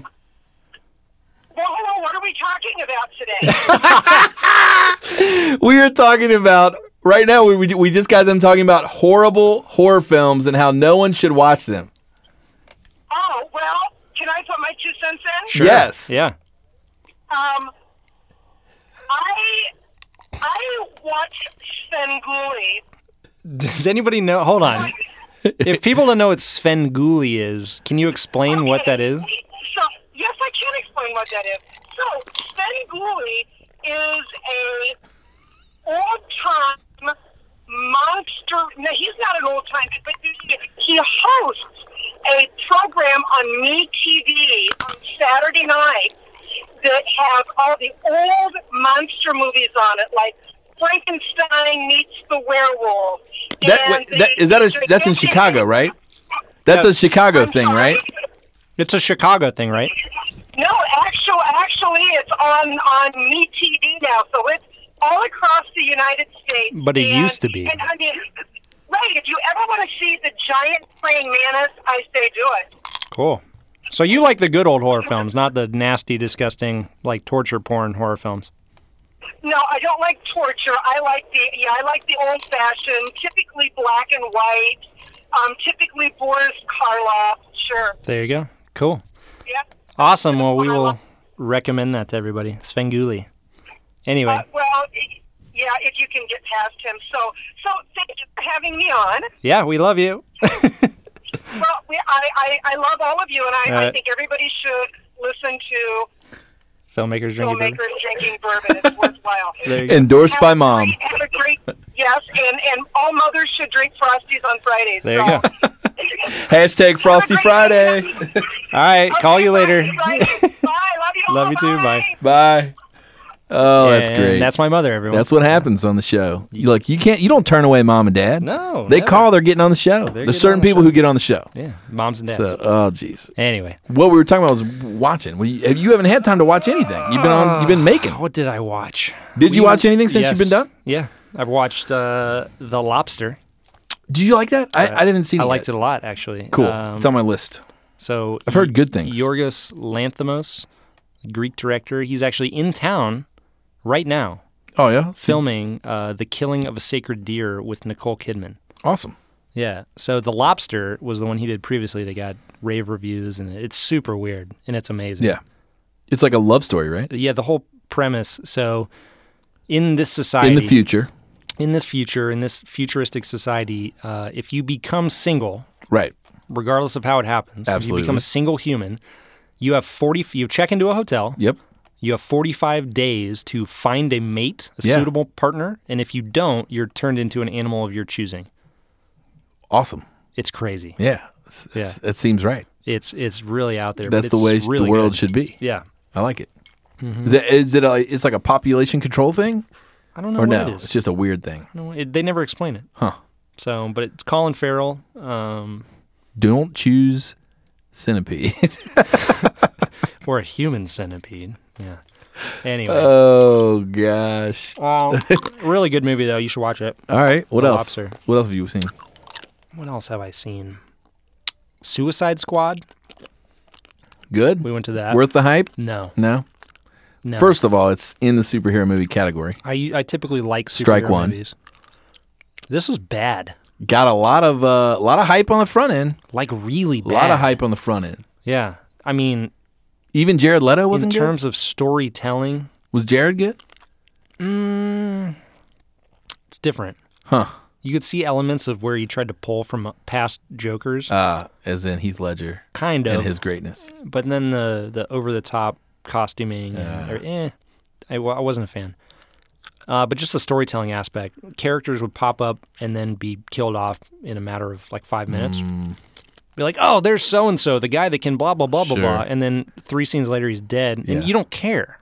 [SPEAKER 3] Well, hello. What are we talking about today?
[SPEAKER 1] We are talking about right now. We, we we just got them talking about horrible horror films and how no one should watch them.
[SPEAKER 3] oh, well, can I put my two cents in? Sure.
[SPEAKER 1] Yes.
[SPEAKER 2] Yeah.
[SPEAKER 3] Um, I I watched Svengoolie.
[SPEAKER 2] Does anybody know? Hold on. if people don't know what Svengoolie is, can you explain what that is?
[SPEAKER 3] So yes, I can explain what that is. So Svengoolie is a old time monster. No, he's not an old time, but he, he hosts a program on Me TV on Saturday night that has all the old monster movies on it, like Frankenstein meets the werewolf.
[SPEAKER 1] That,
[SPEAKER 3] and
[SPEAKER 1] wait, that is that a,
[SPEAKER 3] the-
[SPEAKER 1] that's in Chicago, right? That's a Chicago thing, right?
[SPEAKER 2] It's a Chicago thing, right?
[SPEAKER 3] No, actual, actually, it's on on Me TV now, so it's all across the United States.
[SPEAKER 2] But it
[SPEAKER 3] And-
[SPEAKER 2] used to be.
[SPEAKER 3] And I mean, right? If you ever want to see the giant playing manis, I say do it.
[SPEAKER 2] Cool. So you like the good old horror films, not the nasty, disgusting, like torture porn horror films.
[SPEAKER 3] No, I don't like torture. I like the yeah, I like the old fashioned, typically black and white, um, typically Boris Karloff. Sure,
[SPEAKER 2] There you go. Cool.
[SPEAKER 3] yeah.
[SPEAKER 2] Awesome. Well, we will recommend that to everybody. Svengoolie. Anyway,
[SPEAKER 3] Uh, well, i yeah, if you can get past him. So, so thank you for having me on.
[SPEAKER 2] yeah, we love you.
[SPEAKER 3] Well, we, I, I, I love all of you, and I,
[SPEAKER 2] All
[SPEAKER 3] I
[SPEAKER 2] right.
[SPEAKER 3] think everybody should listen to
[SPEAKER 2] filmmakers drinking bourbon.
[SPEAKER 3] filmmakers drinking bourbon. It's worthwhile.
[SPEAKER 2] There you go.
[SPEAKER 1] Endorsed
[SPEAKER 3] Have
[SPEAKER 1] by
[SPEAKER 3] a
[SPEAKER 1] mom.
[SPEAKER 3] great- have a great, yes, and, and all mothers should drink Frosties on Fridays.
[SPEAKER 2] There you
[SPEAKER 3] so.
[SPEAKER 2] go.
[SPEAKER 1] Hashtag Frosty Friday.
[SPEAKER 2] All right, call you later.
[SPEAKER 3] Bye. Love you.
[SPEAKER 2] Love you too. Bye.
[SPEAKER 1] Bye. Oh, that's
[SPEAKER 2] And
[SPEAKER 1] great.
[SPEAKER 2] That's my mother, everyone.
[SPEAKER 1] That's what happens on the show. You- Look, you can't, you don't turn away mom and dad.
[SPEAKER 2] No,
[SPEAKER 1] they
[SPEAKER 2] never.
[SPEAKER 1] call. They're getting on the show.
[SPEAKER 2] getting
[SPEAKER 1] There's certain
[SPEAKER 2] on the
[SPEAKER 1] people
[SPEAKER 2] show.
[SPEAKER 1] who get on the show.
[SPEAKER 2] yeah, moms and dads.
[SPEAKER 1] So, oh, jeez.
[SPEAKER 2] Anyway,
[SPEAKER 1] What we were talking about was watching. Well, you, you haven't had time to watch anything. You've been on. You've been making.
[SPEAKER 2] what did I watch?
[SPEAKER 1] Did you watch anything since you've been done?
[SPEAKER 2] Yeah, I've watched uh, The Lobster.
[SPEAKER 1] Did you like that? I, I didn't see.
[SPEAKER 2] I liked it a lot, actually.
[SPEAKER 1] Cool.
[SPEAKER 2] Um,
[SPEAKER 1] it's on my list.
[SPEAKER 2] so
[SPEAKER 1] I've heard good things.
[SPEAKER 2] Yorgos Lanthimos, Greek director. He's actually in town right now
[SPEAKER 1] Oh yeah,
[SPEAKER 2] filming uh, The Killing of a Sacred Deer with Nicole Kidman.
[SPEAKER 1] awesome.
[SPEAKER 2] Yeah. So The Lobster was the one he did previously that got rave reviews, and it's super weird and it's amazing.
[SPEAKER 1] Yeah, it's like a love story, right?
[SPEAKER 2] Yeah, the whole premise. So in this society,
[SPEAKER 1] In the future,
[SPEAKER 2] in this future, in this futuristic society, uh, if you become single,
[SPEAKER 1] right?
[SPEAKER 2] regardless of how it happens, if you
[SPEAKER 1] Absolutely.
[SPEAKER 2] become a single human, you have 40, you check into a hotel,
[SPEAKER 1] Yep.
[SPEAKER 2] you have 45 days to find a mate, a
[SPEAKER 1] Yeah.
[SPEAKER 2] suitable partner. And if you don't, you're turned into an animal of your choosing.
[SPEAKER 1] Awesome.
[SPEAKER 2] It's crazy.
[SPEAKER 1] Yeah. It's, it's- That seems right.
[SPEAKER 2] It's it's really out there. but
[SPEAKER 1] That's the
[SPEAKER 2] it's
[SPEAKER 1] way
[SPEAKER 2] really
[SPEAKER 1] the world
[SPEAKER 2] good. Mm-hmm.
[SPEAKER 1] should be.
[SPEAKER 2] Yeah.
[SPEAKER 1] I like it. Is it is it a, it's like a population control thing
[SPEAKER 2] I don't know
[SPEAKER 1] or
[SPEAKER 2] what
[SPEAKER 1] no?
[SPEAKER 2] Oh, it is.
[SPEAKER 1] It's just a weird thing.
[SPEAKER 2] No, it, they never explain it.
[SPEAKER 1] Huh.
[SPEAKER 2] So, but it's Colin Farrell. Um,
[SPEAKER 1] Don't choose centipede.
[SPEAKER 2] or a human centipede. Yeah. Anyway,
[SPEAKER 1] oh gosh.
[SPEAKER 2] well, really good movie though. You should watch it.
[SPEAKER 1] All right. What
[SPEAKER 2] The
[SPEAKER 1] else?
[SPEAKER 2] lobster.
[SPEAKER 1] What else have you seen?
[SPEAKER 2] What else have I seen? Suicide Squad.
[SPEAKER 1] Good.
[SPEAKER 2] We went to that.
[SPEAKER 1] Worth the hype?
[SPEAKER 2] no,
[SPEAKER 1] No.
[SPEAKER 2] no.
[SPEAKER 1] First of all, it's in the superhero movie category.
[SPEAKER 2] I I typically like superhero
[SPEAKER 1] Strike one.
[SPEAKER 2] movies. This was bad.
[SPEAKER 1] Got a lot of uh, a lot of hype on the front end.
[SPEAKER 2] Like really bad.
[SPEAKER 1] A lot of hype on the front end.
[SPEAKER 2] Yeah. I mean,
[SPEAKER 1] Even Jared Leto
[SPEAKER 2] in
[SPEAKER 1] wasn't good?
[SPEAKER 2] terms of storytelling,
[SPEAKER 1] Was Jared good?
[SPEAKER 2] it's different.
[SPEAKER 1] Huh.
[SPEAKER 2] You could see elements of where he tried to pull from past Jokers,
[SPEAKER 1] Uh, as in Heath Ledger
[SPEAKER 2] kind of.
[SPEAKER 1] and his greatness.
[SPEAKER 2] but then the the over the top costuming, and, or, eh, I, wa- I wasn't a fan. Uh, but just the storytelling aspect, characters would pop up and then be killed off in a matter of like five minutes.
[SPEAKER 1] Mm.
[SPEAKER 2] Be like, oh, there's so and so, the guy that can blah blah blah blah
[SPEAKER 1] Sure.
[SPEAKER 2] blah, and then three scenes later he's dead,
[SPEAKER 1] Yeah.
[SPEAKER 2] and you don't care.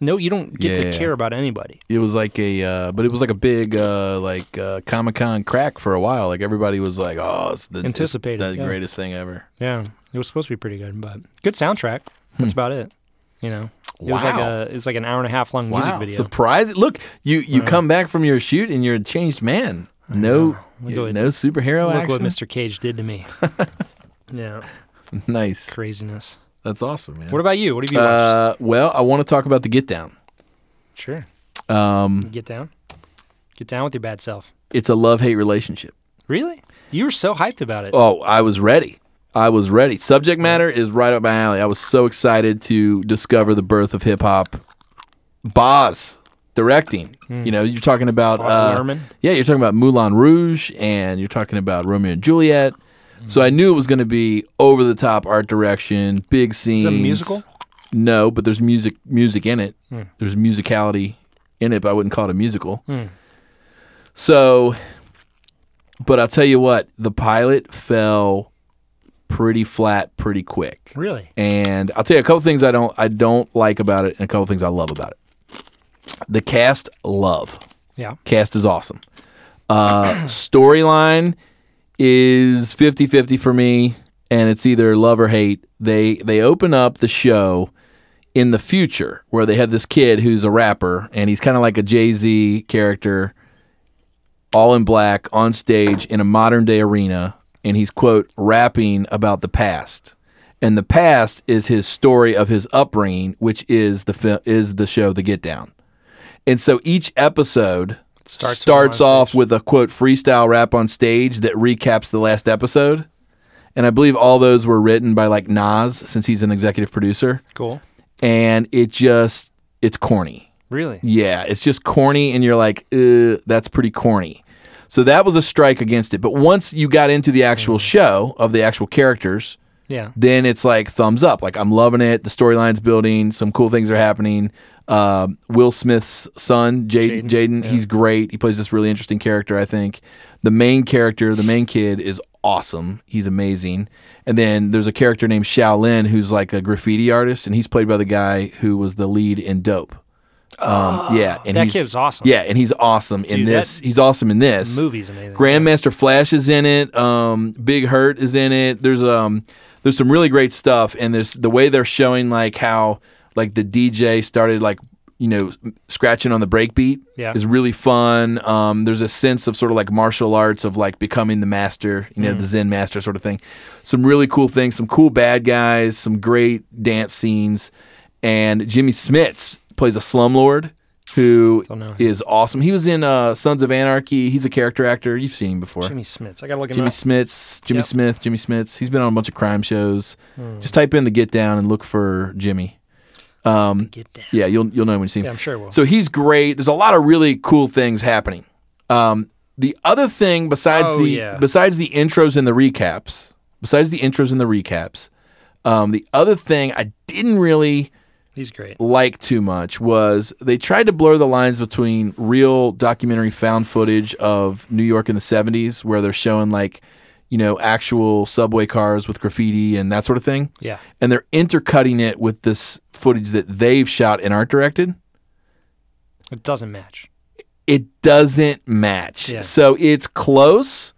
[SPEAKER 2] No, you don't get
[SPEAKER 1] Yeah,
[SPEAKER 2] to
[SPEAKER 1] yeah.
[SPEAKER 2] care about anybody.
[SPEAKER 1] It was like a, uh, but it was like a big, uh, like uh, Comic Con crack for a while. Like everybody was like, "Oh, it's the
[SPEAKER 2] Anticipated,
[SPEAKER 1] it's the
[SPEAKER 2] yeah.
[SPEAKER 1] greatest thing ever."
[SPEAKER 2] Yeah, it was supposed to be pretty good, but good soundtrack. That's about it. You know, it was like
[SPEAKER 1] Hmm. Wow.
[SPEAKER 2] a it's like an hour and a half long music
[SPEAKER 1] wow,
[SPEAKER 2] video. Uh.
[SPEAKER 1] surprise! Look, you you come back from your shoot and you're a changed man. No, you-
[SPEAKER 2] what-
[SPEAKER 1] no superhero
[SPEAKER 2] Look
[SPEAKER 1] action.
[SPEAKER 2] what Mr. Cage did to me. yeah,
[SPEAKER 1] Nice,
[SPEAKER 2] craziness.
[SPEAKER 1] that's awesome, man.
[SPEAKER 2] What about you? What have you watched?
[SPEAKER 1] uh, well, I want to talk about the Get Down.
[SPEAKER 2] sure. Um, get down. Get down with your bad self.
[SPEAKER 1] It's a love hate relationship.
[SPEAKER 2] Really? You were so hyped about it.
[SPEAKER 1] Oh, I was ready. I was ready. Subject matter is right up my alley. I was so excited to discover the birth of hip hop. Boz directing.
[SPEAKER 2] Hmm.
[SPEAKER 1] You know, you're talking about
[SPEAKER 2] Baz
[SPEAKER 1] uh,
[SPEAKER 2] Luhrmann?
[SPEAKER 1] yeah, you're talking about Moulin Rouge, and you're talking about Romeo and Juliet.
[SPEAKER 2] Hmm.
[SPEAKER 1] So I knew it was going to be over the top art direction, big scenes.
[SPEAKER 2] it a musical?
[SPEAKER 1] No, but there's music music in it. There's musicality in it, but I wouldn't call it a musical. So, but I'll tell you what, the pilot fell pretty flat, pretty quick.
[SPEAKER 2] Really?
[SPEAKER 1] And I'll tell you a couple things I don't I don't like about it, and a couple things I love about it. The cast, love.
[SPEAKER 2] Yeah.
[SPEAKER 1] Cast is awesome. Uh, Storyline is 50 50 for me, and it's either love or hate. They they open up the show in the future where they have this kid who's a rapper, and he's kind of like a Jay Z character, all in black, on stage in a modern day arena, and he's, quote, rapping about the past. And the past is his story of his upbringing, which is the fi- is the show The Get Down. And so each episode starts,
[SPEAKER 2] starts with him on stage.
[SPEAKER 1] off with a quote freestyle rap on stage that recaps the last episode. And I believe all those were written by like Nas since he's an executive producer.
[SPEAKER 2] Cool.
[SPEAKER 1] And it just, it's corny.
[SPEAKER 2] Really?
[SPEAKER 1] Yeah, it's just corny, and you're like, "Uh, that's pretty corny. So that was a strike against it. But once you got into the actual show of the actual characters,
[SPEAKER 2] Yeah.
[SPEAKER 1] then it's like thumbs up. Like I'm loving it. The storyline's building. Some cool things are happening. Um, Will Smith's son, Jaden,
[SPEAKER 2] Jaden,
[SPEAKER 1] Jaden, he's great. He plays this really interesting character. I think the main character, the main kid, is awesome. He's amazing. And then there's a character named Shaolin who's like a graffiti artist, and he's played by the guy who was the lead in Dope. Um, yeah, and
[SPEAKER 2] Ah, that
[SPEAKER 1] he's-
[SPEAKER 2] kid was awesome.
[SPEAKER 1] Yeah, and he's awesome in
[SPEAKER 2] Dude,
[SPEAKER 1] this.
[SPEAKER 2] that
[SPEAKER 1] He's awesome in this
[SPEAKER 2] Movie's amazing.
[SPEAKER 1] Grandmaster Flash is in it. Um, Big Hurt is in it. There's um, there's some really great stuff, and there's the way they're showing like how like the DJ started like you know scratching on the breakbeat
[SPEAKER 2] Yeah.
[SPEAKER 1] is really fun. Um, there's a sense of sort of like martial arts of like becoming the master, you
[SPEAKER 2] Mm.
[SPEAKER 1] know, the Zen master sort of thing. Some really cool things, some cool bad guys, some great dance scenes, and Jimmy Smits plays a slumlord. who
[SPEAKER 2] know him.
[SPEAKER 1] is awesome. He was in uh, Sons of Anarchy. He's a character actor. You've seen him before.
[SPEAKER 2] Jimmy Smits. I gotta look him
[SPEAKER 1] Jimmy
[SPEAKER 2] up.
[SPEAKER 1] Smits, Jimmy
[SPEAKER 2] Yep. Hmm.
[SPEAKER 1] Smith, Jimmy Smits. He's been on a bunch of crime shows. Just type in the Get Down and look for Jimmy.
[SPEAKER 2] Get down.
[SPEAKER 1] Yeah, you'll you'll know him when you see him.
[SPEAKER 2] Yeah, I'm sure it will.
[SPEAKER 1] So he's great. There's a lot of really cool things happening. Um, the other thing besides
[SPEAKER 2] Oh,
[SPEAKER 1] the
[SPEAKER 2] yeah.
[SPEAKER 1] besides the intros and the recaps, besides the intros and the recaps, um, the other thing I didn't really
[SPEAKER 2] He's great.
[SPEAKER 1] like too much was they tried to blur the lines between real documentary found footage of New York in the 70s where they're showing like you know actual subway cars with graffiti and that sort of thing
[SPEAKER 2] Yeah.
[SPEAKER 1] and they're intercutting it with this footage that they've shot and art directed
[SPEAKER 2] It doesn't match.
[SPEAKER 1] it doesn't match
[SPEAKER 2] Yeah.
[SPEAKER 1] so it's close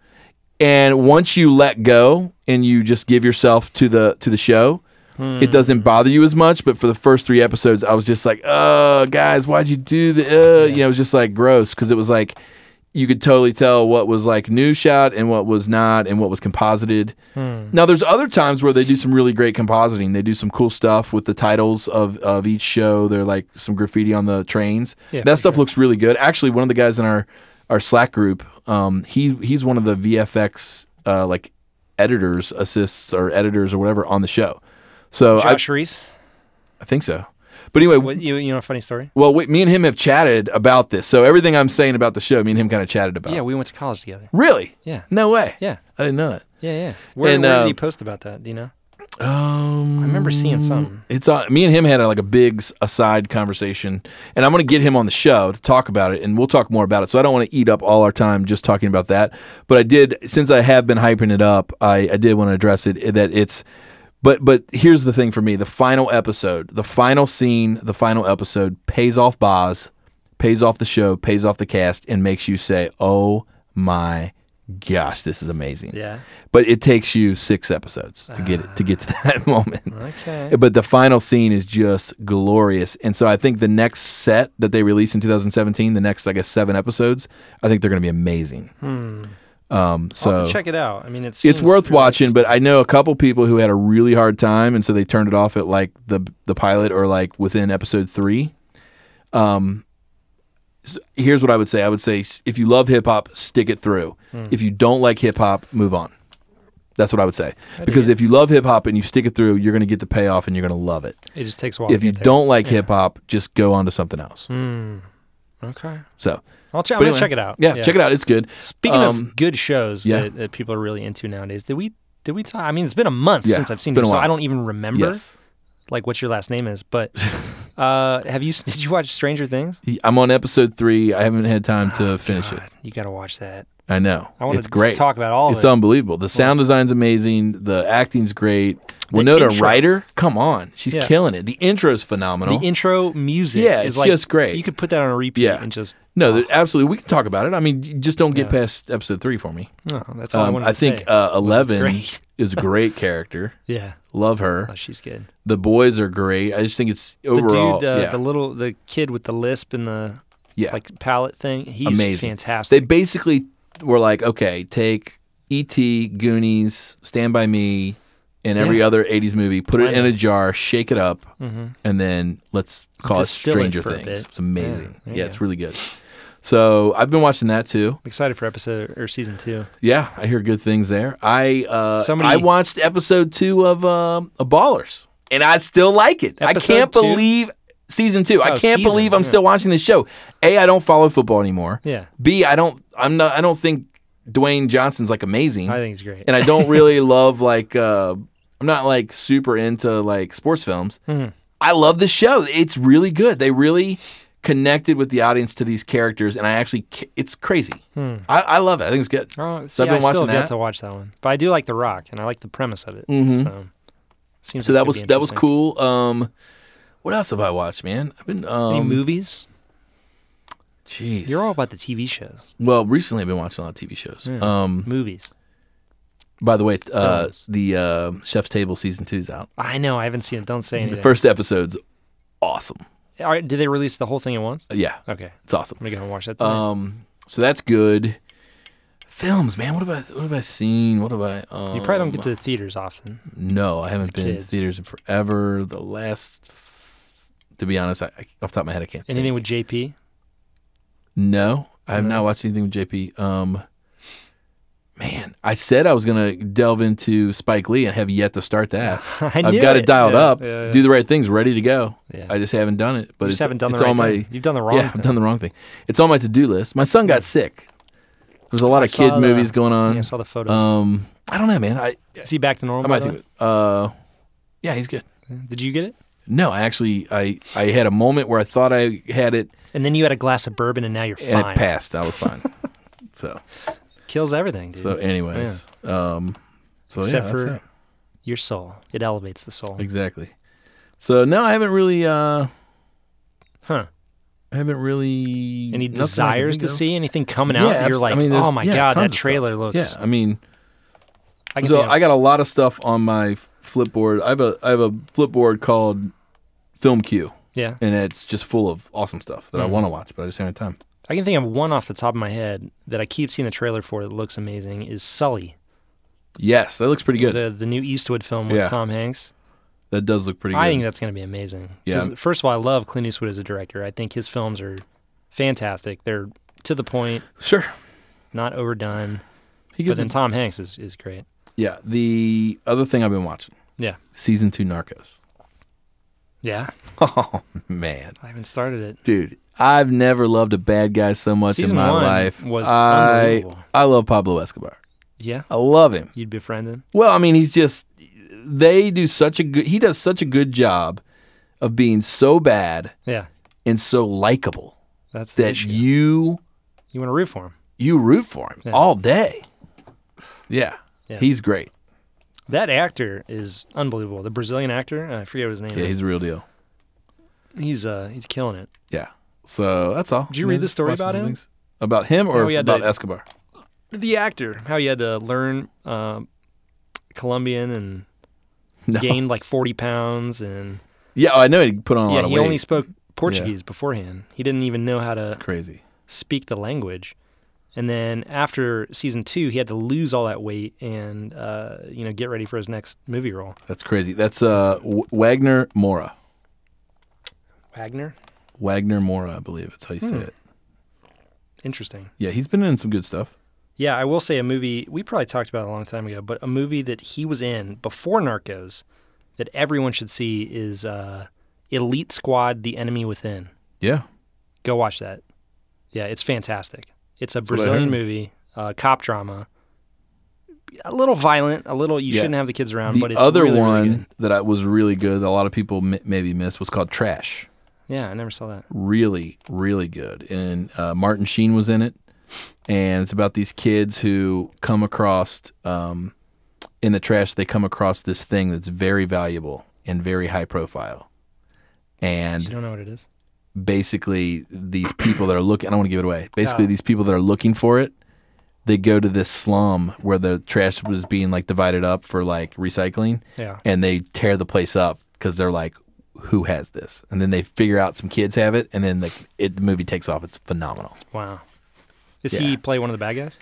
[SPEAKER 1] and once you let go and you just give yourself to the to the show
[SPEAKER 2] Hmm.
[SPEAKER 1] it doesn't bother you as much but for the first three episodes i was just like oh guys why'd you do the uh? you know it was just like gross because it was like you could totally tell what was like new shot and what was not and what was composited
[SPEAKER 2] Hmm.
[SPEAKER 1] now there's other times where they do some really great compositing they do some cool stuff with the titles of, of each show they're like some graffiti on the trains
[SPEAKER 2] Yeah,
[SPEAKER 1] that
[SPEAKER 2] for
[SPEAKER 1] stuff looks really good actually one of the guys in our our slack group um, he he's one of the vfx uh, like editors assists or editors or whatever on the show so I,
[SPEAKER 2] Josh Reese.
[SPEAKER 1] I think so but anyway
[SPEAKER 2] What you you know a funny story?
[SPEAKER 1] well wait, me and him have chatted about this so everything i'm saying about the show me and him kind of chatted about
[SPEAKER 2] Yeah, we went to college together.
[SPEAKER 1] really
[SPEAKER 2] Yeah.
[SPEAKER 1] no way
[SPEAKER 2] Yeah.
[SPEAKER 1] i didn't know that
[SPEAKER 2] Yeah, yeah. Where,
[SPEAKER 1] Mm. And,
[SPEAKER 2] where
[SPEAKER 1] uh,
[SPEAKER 2] did he post about that? Do you know?
[SPEAKER 1] um
[SPEAKER 2] I remember seeing
[SPEAKER 1] Mm.
[SPEAKER 2] something.
[SPEAKER 1] It's on. Me and him had a, like a big s- aside conversation, and I'm going to get him on the show to talk about it, and we'll talk more about it. So I don't want to eat up all our time just talking about that. But I did, since I have been hyping it up, I, I did want to address it eh, that it's. But but here's the thing for me: the final episode, the final scene, the final episode pays off Boz, pays off the show, pays off the cast, and makes you say, "Oh my gosh, this is amazing."
[SPEAKER 2] Yeah.
[SPEAKER 1] But it takes you six episodes to get it, to get to that moment.
[SPEAKER 2] Okay.
[SPEAKER 1] But the final scene is just glorious. And so I think the next set that they release in 2017, the next, I guess, seven episodes, I think they're going to be amazing. Um, so
[SPEAKER 2] Hmm. I'll have to check it out. I mean, it's
[SPEAKER 1] it's worth watching, but I know a couple people who had a really hard time, and so they turned it off at like the the pilot or like within episode three. Um, s- here's what I would say: I would say s- if you love hip hop, stick it through.
[SPEAKER 2] Hmm.
[SPEAKER 1] If you don't like hip hop, move on. That's what I would say because if you love hip hop and you stick it through, you're going to get the payoff and you're going to love it.
[SPEAKER 2] It just takes a while.
[SPEAKER 1] If
[SPEAKER 2] to
[SPEAKER 1] you
[SPEAKER 2] get there. Hmm.
[SPEAKER 1] don't like hip hop, just go on to something else.
[SPEAKER 2] okay.
[SPEAKER 1] So.
[SPEAKER 2] I'll check.
[SPEAKER 1] but
[SPEAKER 2] I'll
[SPEAKER 1] anyway,
[SPEAKER 2] check it out.
[SPEAKER 1] Yeah, check it out. It's good.
[SPEAKER 2] Speaking
[SPEAKER 1] Um,
[SPEAKER 2] of good shows
[SPEAKER 1] yeah.
[SPEAKER 2] that, that people are really into nowadays, did we did we talk? I mean, it's been a month
[SPEAKER 1] Yeah,
[SPEAKER 2] since I've
[SPEAKER 1] it's
[SPEAKER 2] seen
[SPEAKER 1] been
[SPEAKER 2] you,
[SPEAKER 1] a
[SPEAKER 2] so
[SPEAKER 1] while.
[SPEAKER 2] I don't even remember
[SPEAKER 1] Yes,
[SPEAKER 2] like what your last name is. But uh, have you? Did you watch Stranger Things?
[SPEAKER 1] I'm on episode three. I haven't had time to finish it.
[SPEAKER 2] Ah, God, you got to watch that.
[SPEAKER 1] I know.
[SPEAKER 2] I want
[SPEAKER 1] it's
[SPEAKER 2] to
[SPEAKER 1] great.
[SPEAKER 2] talk about all of
[SPEAKER 1] it's
[SPEAKER 2] it.
[SPEAKER 1] unbelievable. The sound design's amazing. The acting's great. Winona
[SPEAKER 2] intro.
[SPEAKER 1] Ryder, come on, she's
[SPEAKER 2] Yeah.
[SPEAKER 1] killing it. The intro's phenomenal.
[SPEAKER 2] the intro music.
[SPEAKER 1] Yeah,
[SPEAKER 2] is
[SPEAKER 1] it's
[SPEAKER 2] like,
[SPEAKER 1] just great.
[SPEAKER 2] You could put that on a repeat
[SPEAKER 1] Yeah.
[SPEAKER 2] and just.
[SPEAKER 1] no, there- absolutely, we can talk about it. I mean, you just don't get
[SPEAKER 2] Yeah.
[SPEAKER 1] past episode three for me.
[SPEAKER 2] Oh, that's all I
[SPEAKER 1] Um,
[SPEAKER 2] wanted
[SPEAKER 1] I
[SPEAKER 2] to
[SPEAKER 1] think
[SPEAKER 2] say.
[SPEAKER 1] uh,
[SPEAKER 2] was it's
[SPEAKER 1] Eleven
[SPEAKER 2] great.
[SPEAKER 1] is a great character.
[SPEAKER 2] yeah,
[SPEAKER 1] Love her.
[SPEAKER 2] oh, she's good.
[SPEAKER 1] The boys are great. I just think it's overall,
[SPEAKER 2] the dude, uh,
[SPEAKER 1] yeah,
[SPEAKER 2] the little, the kid with the lisp and the
[SPEAKER 1] yeah,
[SPEAKER 2] like palette thing, he's
[SPEAKER 1] amazing,
[SPEAKER 2] fantastic.
[SPEAKER 1] They basically were like, okay, take E.T., Goonies, Stand by Me, and every other '80s movie, put it in a jar, shake it up, and then let's call
[SPEAKER 2] Mm-hmm. Distill
[SPEAKER 1] it
[SPEAKER 2] it
[SPEAKER 1] Stranger
[SPEAKER 2] for a
[SPEAKER 1] Things.
[SPEAKER 2] bit.
[SPEAKER 1] It's amazing.
[SPEAKER 2] there
[SPEAKER 1] Yeah,
[SPEAKER 2] you
[SPEAKER 1] it's really good. So I've been watching that too.
[SPEAKER 2] I'm excited for episode or season two.
[SPEAKER 1] Yeah, I hear good things there. I uh,
[SPEAKER 2] Somebody-
[SPEAKER 1] I watched episode two of um, of Ballers, and I still like it. I
[SPEAKER 2] Episode
[SPEAKER 1] can't
[SPEAKER 2] two?
[SPEAKER 1] believe season two. I
[SPEAKER 2] Oh,
[SPEAKER 1] can't
[SPEAKER 2] season,
[SPEAKER 1] believe I'm
[SPEAKER 2] yeah.
[SPEAKER 1] still watching this show. A, I don't follow football anymore.
[SPEAKER 2] Yeah,
[SPEAKER 1] B, I don't I'm not I don't think Dwayne Johnson's like amazing.
[SPEAKER 2] I think he's great.
[SPEAKER 1] and I don't really love like uh I'm not like super into like sports films.
[SPEAKER 2] Mm-hmm.
[SPEAKER 1] I love this show. It's really good. They really connected with the audience to these characters, and I actually ca- it's crazy.
[SPEAKER 2] Hmm.
[SPEAKER 1] I, I love it. I think it's good.
[SPEAKER 2] Oh,
[SPEAKER 1] so
[SPEAKER 2] see,
[SPEAKER 1] I've been
[SPEAKER 2] I
[SPEAKER 1] watching
[SPEAKER 2] still have
[SPEAKER 1] that. Mm-hmm.
[SPEAKER 2] yet to watch that one, but I do like The Rock, and I like the premise of it. So, seems
[SPEAKER 1] so that
[SPEAKER 2] like it'd
[SPEAKER 1] was
[SPEAKER 2] be
[SPEAKER 1] that was
[SPEAKER 2] interesting.
[SPEAKER 1] cool. Um, what else have I watched, man? I've been
[SPEAKER 2] Any
[SPEAKER 1] um,
[SPEAKER 2] movies?
[SPEAKER 1] jeez.
[SPEAKER 2] You're all about the TV shows,
[SPEAKER 1] Well, recently I've been watching a lot of TV shows. Um,
[SPEAKER 2] movies.
[SPEAKER 1] by the way, uh,
[SPEAKER 2] Films.
[SPEAKER 1] the uh, Chef's Table season two's out.
[SPEAKER 2] I know I haven't seen it. Don't say
[SPEAKER 1] The
[SPEAKER 2] anything.
[SPEAKER 1] first episode's awesome.
[SPEAKER 2] Are- did they release the whole thing at once?
[SPEAKER 1] Yeah,
[SPEAKER 2] Okay,
[SPEAKER 1] it's awesome.
[SPEAKER 2] I'm gonna go and watch that. Tonight.
[SPEAKER 1] Um, so that's good. Films, man. What have I? What have I seen? What have I? Um,
[SPEAKER 2] you probably don't get to the theaters often.
[SPEAKER 1] No, I haven't been in
[SPEAKER 2] kids.
[SPEAKER 1] theaters in forever. The last, to be honest, I, I, off the top of my head, I can't. think.
[SPEAKER 2] Anything with JP?
[SPEAKER 1] No, I have not watched anything with JP. Um, man, I said I was gonna delve into Spike Lee and have yet to start that.
[SPEAKER 2] I
[SPEAKER 1] have
[SPEAKER 2] knew
[SPEAKER 1] got
[SPEAKER 2] it.
[SPEAKER 1] it dialed
[SPEAKER 2] Yeah,
[SPEAKER 1] up.
[SPEAKER 2] yeah, yeah.
[SPEAKER 1] Do the right things, ready to go.
[SPEAKER 2] Yeah.
[SPEAKER 1] I just haven't done it, but
[SPEAKER 2] You
[SPEAKER 1] it's
[SPEAKER 2] just haven't done
[SPEAKER 1] it's
[SPEAKER 2] the right
[SPEAKER 1] on my
[SPEAKER 2] thing. You've done the wrong.
[SPEAKER 1] yeah,
[SPEAKER 2] thing.
[SPEAKER 1] I've done the wrong thing. It's on my to do list. My son got sick. There's a lot of kid
[SPEAKER 2] saw the-
[SPEAKER 1] movies going on.
[SPEAKER 2] yeah, I saw the photos.
[SPEAKER 1] um, I don't know, man. I
[SPEAKER 2] Is he back to normal?
[SPEAKER 1] I might
[SPEAKER 2] by the
[SPEAKER 1] think. Uh, yeah, he's good.
[SPEAKER 2] way? Did you get it?
[SPEAKER 1] No, I actually I I had a moment where I thought I had it
[SPEAKER 2] And then you had a glass of bourbon, and now you're
[SPEAKER 1] and
[SPEAKER 2] fine.
[SPEAKER 1] it passed. I was fine. so
[SPEAKER 2] Kills everything, dude.
[SPEAKER 1] so anyways, um, so
[SPEAKER 2] Except
[SPEAKER 1] yeah, that's
[SPEAKER 2] for
[SPEAKER 1] it.
[SPEAKER 2] your soul, it elevates the soul.
[SPEAKER 1] exactly. So no, I haven't really. Uh,
[SPEAKER 2] Huh?
[SPEAKER 1] I haven't really nothing I
[SPEAKER 2] Any
[SPEAKER 1] can
[SPEAKER 2] desires
[SPEAKER 1] think
[SPEAKER 2] to
[SPEAKER 1] of.
[SPEAKER 2] see anything coming
[SPEAKER 1] Yeah,
[SPEAKER 2] out? and
[SPEAKER 1] abs-
[SPEAKER 2] you're like,
[SPEAKER 1] I mean, there's-
[SPEAKER 2] oh my
[SPEAKER 1] yeah,
[SPEAKER 2] god,
[SPEAKER 1] tons
[SPEAKER 2] that
[SPEAKER 1] of
[SPEAKER 2] trailer
[SPEAKER 1] stuff.
[SPEAKER 2] looks.
[SPEAKER 1] Yeah, I mean,
[SPEAKER 2] I can
[SPEAKER 1] so
[SPEAKER 2] do
[SPEAKER 1] I got a lot of stuff on my Flipboard. I have a I have a Flipboard called Film Q,
[SPEAKER 2] yeah.
[SPEAKER 1] and it's just full of awesome stuff
[SPEAKER 2] Mm-hmm.
[SPEAKER 1] that I want to watch, but I just haven't had time.
[SPEAKER 2] I can think of one off the top of my head that I keep seeing the trailer for that looks amazing. Is Sully
[SPEAKER 1] Yes, that looks pretty good.
[SPEAKER 2] the the new Eastwood film with
[SPEAKER 1] Yeah.
[SPEAKER 2] Tom Hanks?
[SPEAKER 1] that does look pretty good.
[SPEAKER 2] I think that's going to be amazing.
[SPEAKER 1] Yeah.
[SPEAKER 2] 'Cause First of all, I love Clint Eastwood as a director. I think his films are fantastic. They're to the point,
[SPEAKER 1] sure.
[SPEAKER 2] not overdone.
[SPEAKER 1] He
[SPEAKER 2] But
[SPEAKER 1] gets
[SPEAKER 2] then
[SPEAKER 1] it.
[SPEAKER 2] Tom Hanks is, is great.
[SPEAKER 1] Yeah. The other thing I've been watching,
[SPEAKER 2] Yeah.
[SPEAKER 1] season two Narcos.
[SPEAKER 2] Yeah.
[SPEAKER 1] Oh man,
[SPEAKER 2] I haven't started it.
[SPEAKER 1] dude, I've never loved a bad guy so much
[SPEAKER 2] Season
[SPEAKER 1] in my
[SPEAKER 2] one
[SPEAKER 1] life.
[SPEAKER 2] was
[SPEAKER 1] I
[SPEAKER 2] unbelievable.
[SPEAKER 1] I love Pablo Escobar.
[SPEAKER 2] Yeah.
[SPEAKER 1] I love him.
[SPEAKER 2] You'd befriend him.
[SPEAKER 1] Well, I mean, he's just they do such a good. He does such a good job of being so bad
[SPEAKER 2] Yeah.
[SPEAKER 1] and so likable
[SPEAKER 2] That's the
[SPEAKER 1] that
[SPEAKER 2] issue.
[SPEAKER 1] you
[SPEAKER 2] You want to root for him.
[SPEAKER 1] you root for him all day. Yeah.
[SPEAKER 2] Yeah.
[SPEAKER 1] he's great.
[SPEAKER 2] That actor is unbelievable. The Brazilian actor, I forget what his name
[SPEAKER 1] Yeah,
[SPEAKER 2] is.
[SPEAKER 1] he's a real deal.
[SPEAKER 2] He's uh he's killing it.
[SPEAKER 1] Yeah. So that's all. Did
[SPEAKER 2] you read the story about him?
[SPEAKER 1] About him
[SPEAKER 2] Yeah,
[SPEAKER 1] or
[SPEAKER 2] we had
[SPEAKER 1] about
[SPEAKER 2] to-
[SPEAKER 1] Escobar?
[SPEAKER 2] The actor, how he had to learn uh, Colombian and
[SPEAKER 1] No.
[SPEAKER 2] gained like 40 pounds and
[SPEAKER 1] Yeah, oh, I know he put on a lot
[SPEAKER 2] yeah,
[SPEAKER 1] of
[SPEAKER 2] he
[SPEAKER 1] weight.
[SPEAKER 2] only spoke Portuguese beforehand. He didn't even know how to
[SPEAKER 1] Crazy.
[SPEAKER 2] speak the language. And then after season 2, he had to lose all that weight and uh, you know, get ready for his next movie role.
[SPEAKER 1] That's crazy. That's uh, W- Wagner Mora.
[SPEAKER 2] Wagner?
[SPEAKER 1] Wagner Mora, I believe. That's how you
[SPEAKER 2] Hmm.
[SPEAKER 1] say it.
[SPEAKER 2] Interesting.
[SPEAKER 1] Yeah, he's been in some good stuff.
[SPEAKER 2] Yeah, I will say a movie we probably talked about it a long time ago, but a movie that he was in before Narcos that everyone should see is uh, Elite Squad: The Enemy Within.
[SPEAKER 1] Yeah.
[SPEAKER 2] Go watch that. Yeah, it's fantastic. It's a
[SPEAKER 1] what I
[SPEAKER 2] Brazilian
[SPEAKER 1] heard.
[SPEAKER 2] movie, uh, cop drama. A little violent, a little you
[SPEAKER 1] Yeah.
[SPEAKER 2] shouldn't have the kids around,
[SPEAKER 1] The
[SPEAKER 2] but it's
[SPEAKER 1] other
[SPEAKER 2] really, really
[SPEAKER 1] one
[SPEAKER 2] good.
[SPEAKER 1] that I, was really good that a lot of people m- maybe missed was called Trash.
[SPEAKER 2] Yeah, I never saw that.
[SPEAKER 1] Really, really good. And uh, Martin Sheen was in it. And it's about these kids who come across, um, in the trash, they come across this thing that's very valuable and very high profile. And
[SPEAKER 2] You don't know what it is?
[SPEAKER 1] basically these people that are looking. I don't want to give it away. Basically,
[SPEAKER 2] Yeah.
[SPEAKER 1] these people that are looking for it, they go to this slum where the trash was being like divided up for like recycling,
[SPEAKER 2] Yeah.
[SPEAKER 1] and they tear the place up because they're like, "Who has this?" And then they figure out some kids have it, and then like it, the movie takes off. It's phenomenal.
[SPEAKER 2] Wow. Does he
[SPEAKER 1] Yeah.
[SPEAKER 2] play one of the bad guys?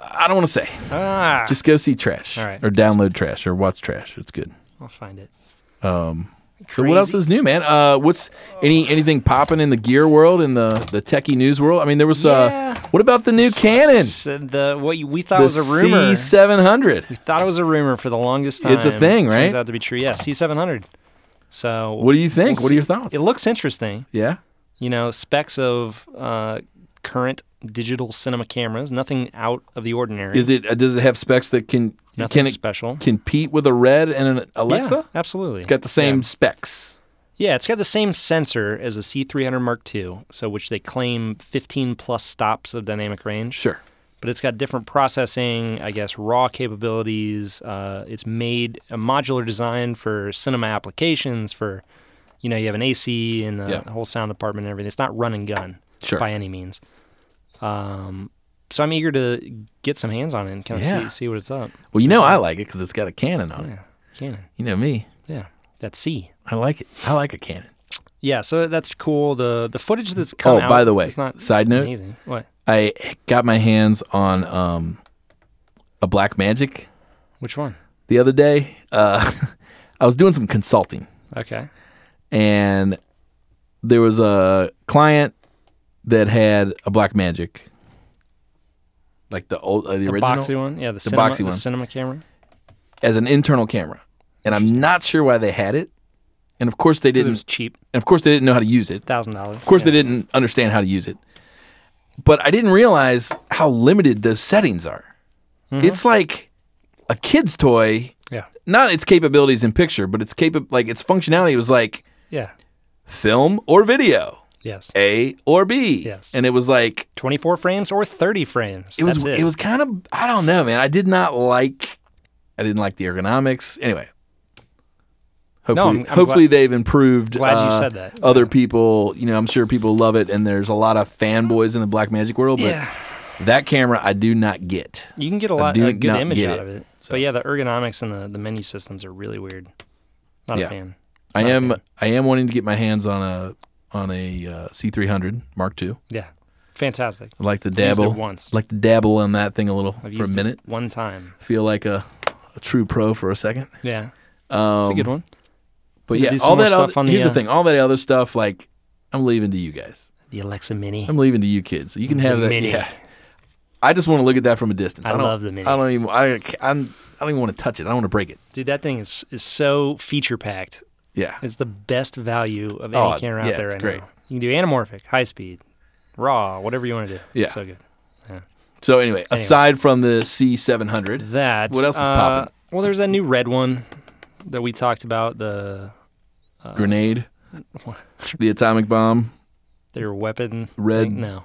[SPEAKER 1] I don't want to say.
[SPEAKER 2] Ah,
[SPEAKER 1] Just go see Trash,
[SPEAKER 2] All right.
[SPEAKER 1] or download Trash, or watch Trash. It's good.
[SPEAKER 2] I'll find it. Um,
[SPEAKER 1] So what else is new, man? Uh, what's any anything popping in the gear world, in the the techie news world? I mean, there was. Uh,
[SPEAKER 2] Yeah.
[SPEAKER 1] what about the new Canon?
[SPEAKER 2] The what you- we thought was a rumor.
[SPEAKER 1] C700.
[SPEAKER 2] Thought it was a rumor for the longest time.
[SPEAKER 1] It's a thing, right?
[SPEAKER 2] Turns out to be true. Yeah, C700. So
[SPEAKER 1] What do you think? What are your thoughts?
[SPEAKER 2] It looks interesting.
[SPEAKER 1] Yeah.
[SPEAKER 2] You know, specs of uh, current digital cinema cameras. Nothing out of the ordinary.
[SPEAKER 1] Is it? Uh, does it have specs that can
[SPEAKER 2] Nothing
[SPEAKER 1] Can it-
[SPEAKER 2] special.
[SPEAKER 1] Compete with a Red and an Alexa?
[SPEAKER 2] Yeah, absolutely.
[SPEAKER 1] It's got the same specs.
[SPEAKER 2] Yeah, it's got the same sensor as the C300 Mark II, so which they claim 15 plus stops of dynamic range.
[SPEAKER 1] Sure.
[SPEAKER 2] But it's got different processing, I guess, raw capabilities. Uh, it's made a modular design for cinema applications. For you know, you have an AC and the
[SPEAKER 1] Yeah.
[SPEAKER 2] whole sound department and everything. It's not run and gun
[SPEAKER 1] Sure.
[SPEAKER 2] by any means. Um, so I'm eager to get some hands on it and kind of
[SPEAKER 1] Yeah.
[SPEAKER 2] see, see what it's up.
[SPEAKER 1] Well, you know I like it because it's got a cannon on it.
[SPEAKER 2] Canon,
[SPEAKER 1] You know me.
[SPEAKER 2] yeah, that's C.
[SPEAKER 1] I like it. I like a cannon.
[SPEAKER 2] Yeah, so that's cool. The the footage that's come
[SPEAKER 1] Oh,
[SPEAKER 2] out.
[SPEAKER 1] by the way,
[SPEAKER 2] it's not
[SPEAKER 1] side note.
[SPEAKER 2] amazing. What?
[SPEAKER 1] I got my hands on um, a Black Magic
[SPEAKER 2] Which one?
[SPEAKER 1] the other day. Uh, I was doing some consulting,
[SPEAKER 2] Okay.
[SPEAKER 1] and there was a client that had a Black Magic, like the old, uh, the,
[SPEAKER 2] The
[SPEAKER 1] original,
[SPEAKER 2] boxy one. Yeah, the,
[SPEAKER 1] The
[SPEAKER 2] cinema,
[SPEAKER 1] boxy
[SPEAKER 2] the
[SPEAKER 1] one.
[SPEAKER 2] cinema camera.
[SPEAKER 1] as an internal camera. And I'm not sure why they had it. And of course they
[SPEAKER 2] Because it
[SPEAKER 1] didn't.
[SPEAKER 2] was cheap,
[SPEAKER 1] And of course they didn't know how to use it.
[SPEAKER 2] thousand dollars.
[SPEAKER 1] Of course, they didn't understand how to use it. But I didn't realize how limited those settings are. It's like a kid's toy,
[SPEAKER 2] Yeah.
[SPEAKER 1] not its capabilities in picture, but its capa- like its functionality was like
[SPEAKER 2] Yeah.
[SPEAKER 1] film or video,
[SPEAKER 2] Yes.
[SPEAKER 1] A or B.
[SPEAKER 2] Yes.
[SPEAKER 1] And it was like
[SPEAKER 2] Twenty-four frames or thirty frames.
[SPEAKER 1] it was
[SPEAKER 2] That's
[SPEAKER 1] it.
[SPEAKER 2] it.
[SPEAKER 1] was kind of I don't know, man. I did not like I didn't like the ergonomics. Anyway.
[SPEAKER 2] No,
[SPEAKER 1] Hopefully,
[SPEAKER 2] I'm- I'm
[SPEAKER 1] hopefully they've improved.
[SPEAKER 2] glad you
[SPEAKER 1] uh,
[SPEAKER 2] said that.
[SPEAKER 1] Other people, you know, I'm sure people love it, and there's a lot of fanboys in the black magic world. But
[SPEAKER 2] yeah.
[SPEAKER 1] that camera I do not get.
[SPEAKER 2] You can get a lot
[SPEAKER 1] do
[SPEAKER 2] a good
[SPEAKER 1] not
[SPEAKER 2] image
[SPEAKER 1] get
[SPEAKER 2] out
[SPEAKER 1] it,
[SPEAKER 2] of it. But yeah, the ergonomics and the, the menu systems are really weird. Not
[SPEAKER 1] Yeah.
[SPEAKER 2] a fan.
[SPEAKER 1] I
[SPEAKER 2] Not
[SPEAKER 1] am
[SPEAKER 2] good.
[SPEAKER 1] I am wanting to get my hands on a on a uh, C300 Mark II.
[SPEAKER 2] Yeah. Fantastic.
[SPEAKER 1] I'd like to dabble
[SPEAKER 2] once.
[SPEAKER 1] I'd like to dabble on that thing a little
[SPEAKER 2] I've
[SPEAKER 1] for a
[SPEAKER 2] used
[SPEAKER 1] minute.
[SPEAKER 2] it one time.
[SPEAKER 1] Feel like a, a true pro for a second.
[SPEAKER 2] Yeah.
[SPEAKER 1] Um,
[SPEAKER 2] It's a good one.
[SPEAKER 1] But
[SPEAKER 2] We
[SPEAKER 1] yeah,
[SPEAKER 2] do some
[SPEAKER 1] all
[SPEAKER 2] more
[SPEAKER 1] that
[SPEAKER 2] stuff
[SPEAKER 1] other,
[SPEAKER 2] on the,
[SPEAKER 1] here's the,
[SPEAKER 2] uh,
[SPEAKER 1] thing. All that other stuff, like I'm leaving to you guys.
[SPEAKER 2] The Alexa Mini.
[SPEAKER 1] I'm leaving to you kids. You can have
[SPEAKER 2] The
[SPEAKER 1] that.
[SPEAKER 2] Mini.
[SPEAKER 1] Yeah. I just want to look at that from a distance.
[SPEAKER 2] I
[SPEAKER 1] don't,
[SPEAKER 2] love the Mini.
[SPEAKER 1] I don't even. I, I'm, I don't even want to touch it. I don't want to break it.
[SPEAKER 2] Dude, that thing is is so feature packed.
[SPEAKER 1] Yeah.
[SPEAKER 2] It's the best value of any
[SPEAKER 1] Oh,
[SPEAKER 2] camera
[SPEAKER 1] yeah,
[SPEAKER 2] out there
[SPEAKER 1] it's
[SPEAKER 2] right
[SPEAKER 1] great.
[SPEAKER 2] now. You can do anamorphic, high speed, raw, whatever you want to do.
[SPEAKER 1] Yeah.
[SPEAKER 2] It's so good.
[SPEAKER 1] So anyway, aside from the C700,
[SPEAKER 2] That.
[SPEAKER 1] What else is
[SPEAKER 2] uh,
[SPEAKER 1] poppin'?
[SPEAKER 2] Well, there's that new red one that we talked about. The Uh,
[SPEAKER 1] grenade, the atomic bomb.
[SPEAKER 2] their weapon.
[SPEAKER 1] Red-
[SPEAKER 2] Thing. No.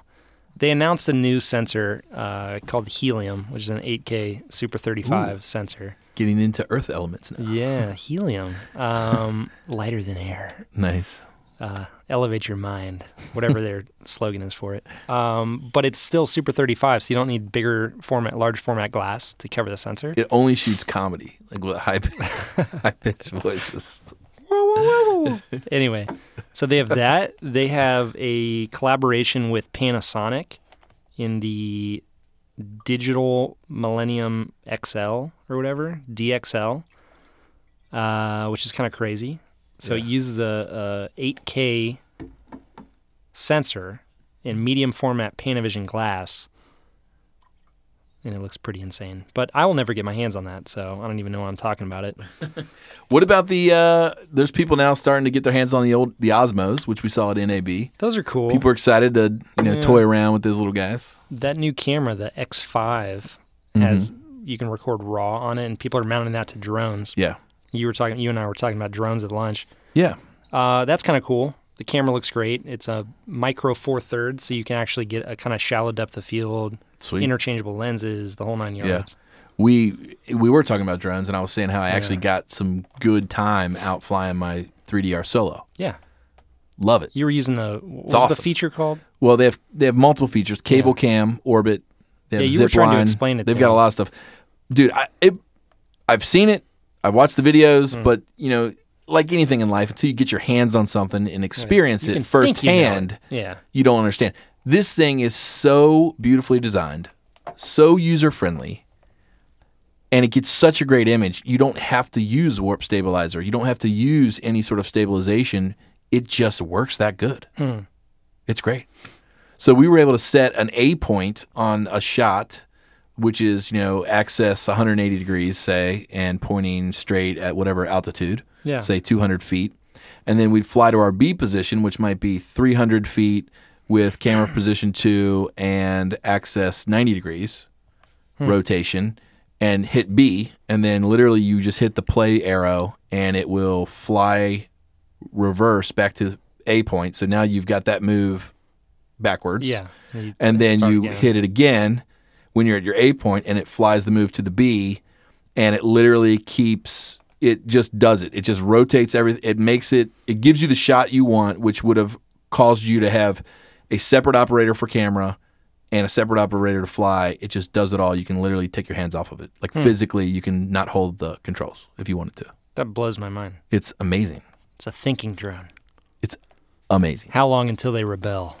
[SPEAKER 2] They announced a new sensor uh, called Helium, which is an 8K Super 35 sensor.
[SPEAKER 1] Getting into earth elements now.
[SPEAKER 2] Yeah, helium. Um, lighter than air.
[SPEAKER 1] Nice.
[SPEAKER 2] uh, elevate your mind, whatever their slogan is for it. Um, but it's still Super 35, so you don't need bigger format, large format glass to cover the sensor.
[SPEAKER 1] It only shoots comedy, like with high, high pitched voices.
[SPEAKER 2] Anyway, so they have that. They have a collaboration with Panasonic in the Digital Millennium XL or whatever, DXL, uh, which is kind of crazy. So it uses a, a 8K sensor in medium format Panavision glass. And it looks pretty insane. But I will never get my hands on that, so I don't even know why I'm talking about it.
[SPEAKER 1] What about the? Uh, there's people now starting to get their hands on the old the Osmos, which we saw at NAB.
[SPEAKER 2] Those are cool.
[SPEAKER 1] People are excited to you know toy around with those little guys.
[SPEAKER 2] that new camera, the X5,
[SPEAKER 1] Mm-hmm.
[SPEAKER 2] has you can record raw on it, and people are mounting that to drones.
[SPEAKER 1] Yeah,
[SPEAKER 2] You were talking, you and I were talking about drones at lunch.
[SPEAKER 1] yeah,
[SPEAKER 2] Uh, that's kind of cool. The camera looks great. It's a micro four thirds, so you can actually get a kind of shallow depth of field,
[SPEAKER 1] sweet.
[SPEAKER 2] interchangeable lenses, the whole nine
[SPEAKER 1] yeah,
[SPEAKER 2] yards.
[SPEAKER 1] we we were talking about drones, and I was saying how I actually got some good time out flying my 3DR Solo.
[SPEAKER 2] Yeah.
[SPEAKER 1] Love it.
[SPEAKER 2] You were using the what's was the
[SPEAKER 1] awesome.
[SPEAKER 2] feature called?
[SPEAKER 1] Well, they have they have multiple features: cable cam, orbit. They have
[SPEAKER 2] Yeah, you
[SPEAKER 1] zip
[SPEAKER 2] were trying to
[SPEAKER 1] line.
[SPEAKER 2] explain it to
[SPEAKER 1] They've got
[SPEAKER 2] me.
[SPEAKER 1] a lot of stuff, dude. I it, I've seen it. I've watched the
[SPEAKER 2] Hmm.
[SPEAKER 1] videos, but you know, like anything in life, until you get your hands on something and experience it
[SPEAKER 2] You can think you know it.
[SPEAKER 1] firsthand,
[SPEAKER 2] Yeah.
[SPEAKER 1] you don't understand. This thing is so beautifully designed, so user friendly, and it gets such a great image. You don't have to use warp stabilizer. You don't have to use any sort of stabilization. It just works that good. It's great. So we were able to set an A point on a shot, which is, you know, access 180 degrees, say, and pointing straight at whatever altitude,
[SPEAKER 2] Yeah.
[SPEAKER 1] say 200 feet. And then we'd fly to our B position, which might be 300 feet with camera position two and access 90 degrees rotation. and hit B, and then literally you just hit the play arrow and it will fly reverse back to A point. So now you've got that move backwards.
[SPEAKER 2] Yeah. you-
[SPEAKER 1] And then
[SPEAKER 2] start
[SPEAKER 1] you
[SPEAKER 2] again.
[SPEAKER 1] hit it again when you're at your A point and it flies the move to the B and it literally keeps it just does it. It just rotates everything. It makes it it gives you the shot you want, which would have caused you to have a separate operator for camera and a separate operator to fly. It just does it all. You can literally take your hands off of it. Like
[SPEAKER 2] Hmm.
[SPEAKER 1] physically you can not hold the controls if you wanted to.
[SPEAKER 2] That blows my mind.
[SPEAKER 1] It's amazing.
[SPEAKER 2] It's a thinking drone.
[SPEAKER 1] It's amazing.
[SPEAKER 2] How long until they rebel?